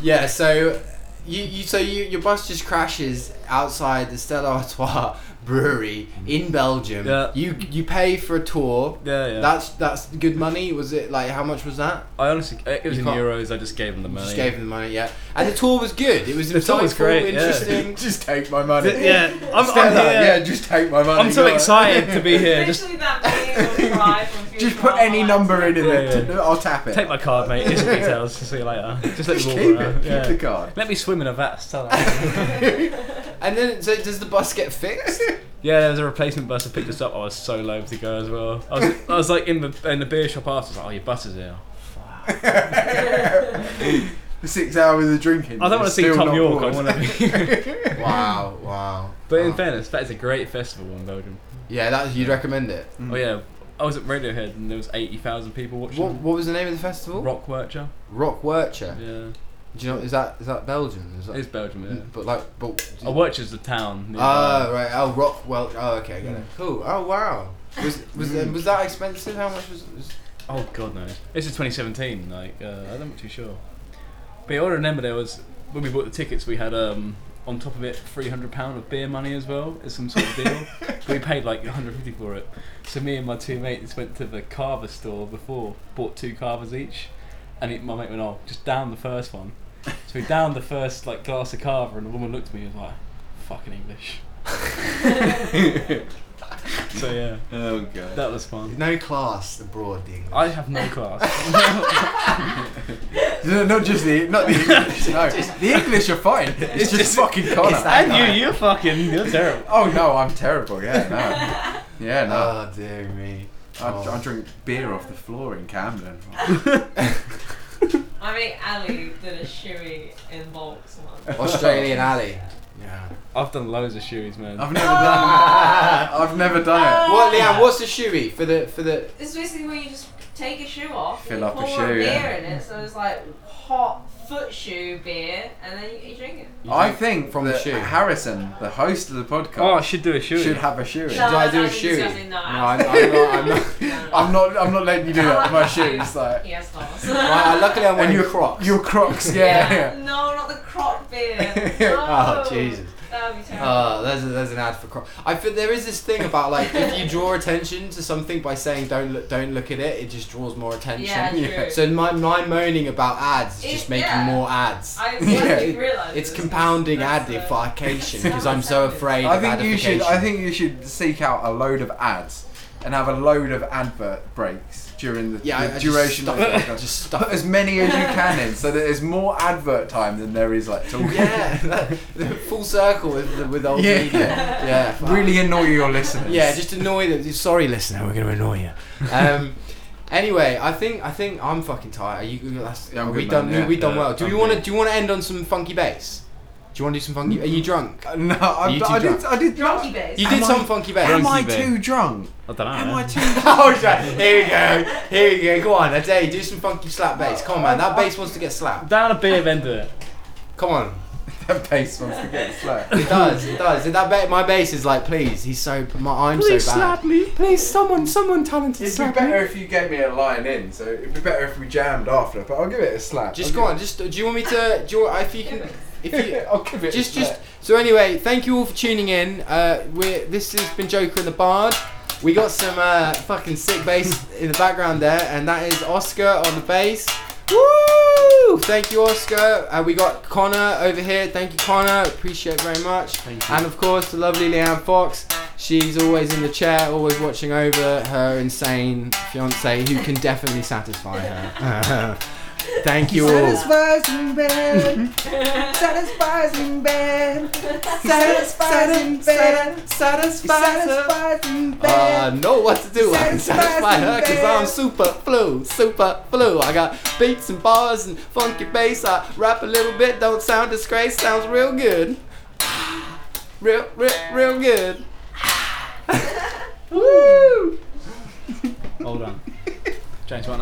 Speaker 1: yeah. So you, you so you your bus just crashes outside the Stella Artois brewery in Belgium.
Speaker 2: Yeah.
Speaker 1: You you pay for a tour.
Speaker 2: Yeah, yeah.
Speaker 1: That's that's good money. Was it like how much was that?
Speaker 2: I honestly, it was
Speaker 1: You
Speaker 2: in
Speaker 1: can't-
Speaker 2: euros. I just gave him the money.
Speaker 1: Just gave them the money. Yeah. And the tour was good. It was
Speaker 2: The tour was
Speaker 1: insightful,
Speaker 2: great, yeah.
Speaker 1: Interesting.
Speaker 3: just take my money.
Speaker 2: Th- yeah, I'm, I'm
Speaker 3: Stella,
Speaker 2: here.
Speaker 3: yeah, just take my money.
Speaker 2: I'm so
Speaker 3: go on.
Speaker 2: excited to be here. Just
Speaker 6: Literally that being drive from Futurama,
Speaker 3: Just put any
Speaker 6: like,
Speaker 3: number in it.
Speaker 2: Yeah, yeah.
Speaker 3: I'll tap it.
Speaker 2: take my card, mate. Here's the details. See you later. Just let
Speaker 3: Just
Speaker 2: me
Speaker 3: keep
Speaker 2: walk
Speaker 3: it.
Speaker 2: around.
Speaker 3: Keep
Speaker 2: Yeah.
Speaker 3: the card.
Speaker 2: Let me swim in a vat. Stella.
Speaker 1: And then so does the bus get fixed?
Speaker 2: yeah, there was a replacement bus that picked us up. I was so loath to go as well. I was, I was like in the in the beer shop after. I was like, oh, your bus is here.
Speaker 3: Six hours of drinking.
Speaker 2: I don't want to
Speaker 3: It's
Speaker 2: see
Speaker 3: still
Speaker 2: Tom
Speaker 3: not
Speaker 2: York. I
Speaker 3: bored.
Speaker 2: want to.
Speaker 1: Wow, wow.
Speaker 2: but in
Speaker 1: Wow.
Speaker 2: fairness, that is a great festival in Belgium.
Speaker 1: Yeah, that you'd recommend it.
Speaker 3: Hmm.
Speaker 2: Oh yeah, I was at Radiohead and there was eighty thousand people watching.
Speaker 1: What, what was the name of the festival?
Speaker 2: Rock Worcher.
Speaker 1: Rock Wercher.
Speaker 2: Yeah,
Speaker 1: Do you know is that is that Belgium? Is that,
Speaker 2: it's Belgium. Yeah.
Speaker 3: Hmm.
Speaker 2: Oh,
Speaker 1: But like, but.
Speaker 2: A Worcher's the town.
Speaker 3: Ah,
Speaker 2: nearby.
Speaker 1: Oh right. Oh Rock Wel- Oh okay, I get it. Cool. Oh wow. Was was uh, was that expensive? How much was? was
Speaker 2: Oh god no! This is 2017. Like uh, I'm not too sure. But all I remember there was when we bought the tickets, we had um on top of it 300 pound of beer money as well as some sort of deal. we paid like 150 for it. So me and my two mates went to the carver store before, bought two carvers each, and it, my mate went, "Oh, just down the first one." So we downed the first like glass of carver, and the woman looked at me and was like, "Fucking English." so yeah,
Speaker 3: Oh god.
Speaker 2: that was fun.
Speaker 1: no class abroad. The English.
Speaker 2: I have no class.
Speaker 3: No, not just the not the English. No, the English are fine. It's, just, fucking Connor.
Speaker 2: and you, you're fucking, you're terrible.
Speaker 3: Oh no, I'm terrible. Yeah, no. Yeah, no.
Speaker 1: Oh dear me. Oh.
Speaker 3: I, I drink beer off the floor in Camden.
Speaker 6: I mean, Ali did a shoey in Volks once.
Speaker 1: Australian alley. Yeah.
Speaker 2: I've done loads of shoeys, man.
Speaker 3: I've never done. I've never done it.
Speaker 1: What, Leanne? What's the shoey for the for the?
Speaker 6: It's basically where you just take a shoe off,
Speaker 3: Fill
Speaker 6: and you
Speaker 3: up a
Speaker 6: pour
Speaker 3: shoe,
Speaker 6: a beer
Speaker 3: yeah.
Speaker 6: in it, so it's like hot foot shoe beer, and then you, you drink it.
Speaker 3: I think
Speaker 1: From
Speaker 3: Oh. from
Speaker 1: the
Speaker 3: that
Speaker 1: shoe.
Speaker 3: Harrison, the host of the
Speaker 2: oh, I
Speaker 3: podcast,
Speaker 2: should do a shoey.
Speaker 3: should have a shoe.
Speaker 6: No,
Speaker 1: I do a
Speaker 6: not
Speaker 1: shoey?
Speaker 6: discussing that.
Speaker 1: No, I'm, I'm not. I'm not.
Speaker 6: No,
Speaker 3: I'm not. I'm not letting you do that. to My shoes, like.
Speaker 6: He has claws.
Speaker 1: I, I, luckily, I'm
Speaker 3: And
Speaker 1: wearing
Speaker 3: your
Speaker 1: Crocs.
Speaker 3: Your Crocs, yeah. yeah.
Speaker 6: No, not the croc beer.
Speaker 1: Oh,
Speaker 6: No.
Speaker 1: Jesus.
Speaker 6: That would be terrible.
Speaker 1: Uh, there's, a, there's an ad for Crocs. I feel there is this thing about like if you draw attention to something by saying don't look, don't look at it, it just draws more attention.
Speaker 6: yeah, true.
Speaker 3: yeah.
Speaker 1: So my, my moaning about ads is
Speaker 6: It-
Speaker 1: just making
Speaker 6: yeah.
Speaker 1: more ads.
Speaker 6: I
Speaker 3: Yeah.
Speaker 6: yeah, realize
Speaker 1: it's compounding
Speaker 6: that's
Speaker 1: adification because
Speaker 6: so
Speaker 1: I'm so
Speaker 6: offensive.
Speaker 1: afraid
Speaker 3: I
Speaker 1: of
Speaker 3: think you should.
Speaker 1: adification.
Speaker 3: I think you should seek out a load of ads and have a load of advert breaks during the,
Speaker 1: yeah, I- I
Speaker 3: the
Speaker 1: just
Speaker 3: duration
Speaker 1: stuff
Speaker 3: of the
Speaker 1: it,
Speaker 3: podcast.
Speaker 1: just stuff
Speaker 3: Put as many as you can in, so that there's more advert time than there is like talking.
Speaker 1: yeah, that- the full circle with the- with old
Speaker 3: Yeah.
Speaker 1: media. Yeah, fuck.
Speaker 3: really annoy your listeners.
Speaker 1: Yeah, just annoy them. Sorry, listener, we're gonna annoy you. Um, anyway, I think I think I'm fucking tired. Are you? That's,
Speaker 3: Yeah, I'm
Speaker 1: are we
Speaker 3: good,
Speaker 1: done.
Speaker 3: man.
Speaker 1: we
Speaker 3: Yeah,
Speaker 1: done
Speaker 3: yeah,
Speaker 1: well. Do
Speaker 3: I'm
Speaker 1: you want to?
Speaker 3: good.
Speaker 1: Do you want to end on some funky bass? Do you want to do some funky? Are you drunk?
Speaker 3: Uh, no, I,
Speaker 1: you too
Speaker 3: I did. I did.
Speaker 6: Drunky bass.
Speaker 1: You did
Speaker 3: Am
Speaker 1: some
Speaker 3: I-
Speaker 1: funky
Speaker 3: Am
Speaker 1: bass.
Speaker 3: I
Speaker 2: Drunky Uh-huh. bear.
Speaker 3: too drunk?
Speaker 2: I don't know.
Speaker 3: Am I
Speaker 2: man.
Speaker 3: too?
Speaker 1: oh, sorry. Here we go. Here we go. Go on, that's it. Do some funky slap bass. Come on, man. That bass wants to get slapped.
Speaker 2: Down a beer vendor.
Speaker 1: Come on.
Speaker 3: that bass wants to get slapped.
Speaker 1: It does. It does. And that ba- my bass is like, please. He's so. My, I'm so bad.
Speaker 2: me.
Speaker 1: Please, someone, someone talented
Speaker 3: It'd be better if you gave me a line in, so it'd be better if we jammed after. But I'll give it a slap.
Speaker 1: Just
Speaker 3: I'll
Speaker 1: go on.
Speaker 3: give
Speaker 1: Just do you want me to? Do you, want- if you can, if
Speaker 3: it-
Speaker 1: you
Speaker 3: I'll give it.
Speaker 1: just,
Speaker 3: a slap.
Speaker 1: just. So anyway, thank you all for tuning in. Uh, we're this has been Joker and the Bard. We got some uh, fucking sick bass in the background there, and that is Oscar on the bass. Woo! Thank you, Oscar. Uh, we got Connor over here. Thank you, Connor. Appreciate it very much.
Speaker 2: Thank
Speaker 1: And of course, the lovely Leanne Fox. She's always in the chair, always watching over her insane fiance, who can definitely satisfy her. Thank you all.
Speaker 3: Satisfies me, man. Satisfies me, man. Satisfies me, man. Satisfies me,
Speaker 1: Uh, know what to do. I can satisfy
Speaker 3: Satisfies me,
Speaker 1: her because
Speaker 3: babe.
Speaker 1: I'm super flu, super flu. I got beats and bars and funky bass. I rap a little bit, don't sound disgrace. Sounds real good. Real, real, real good. Woo!
Speaker 2: Hold on. James, what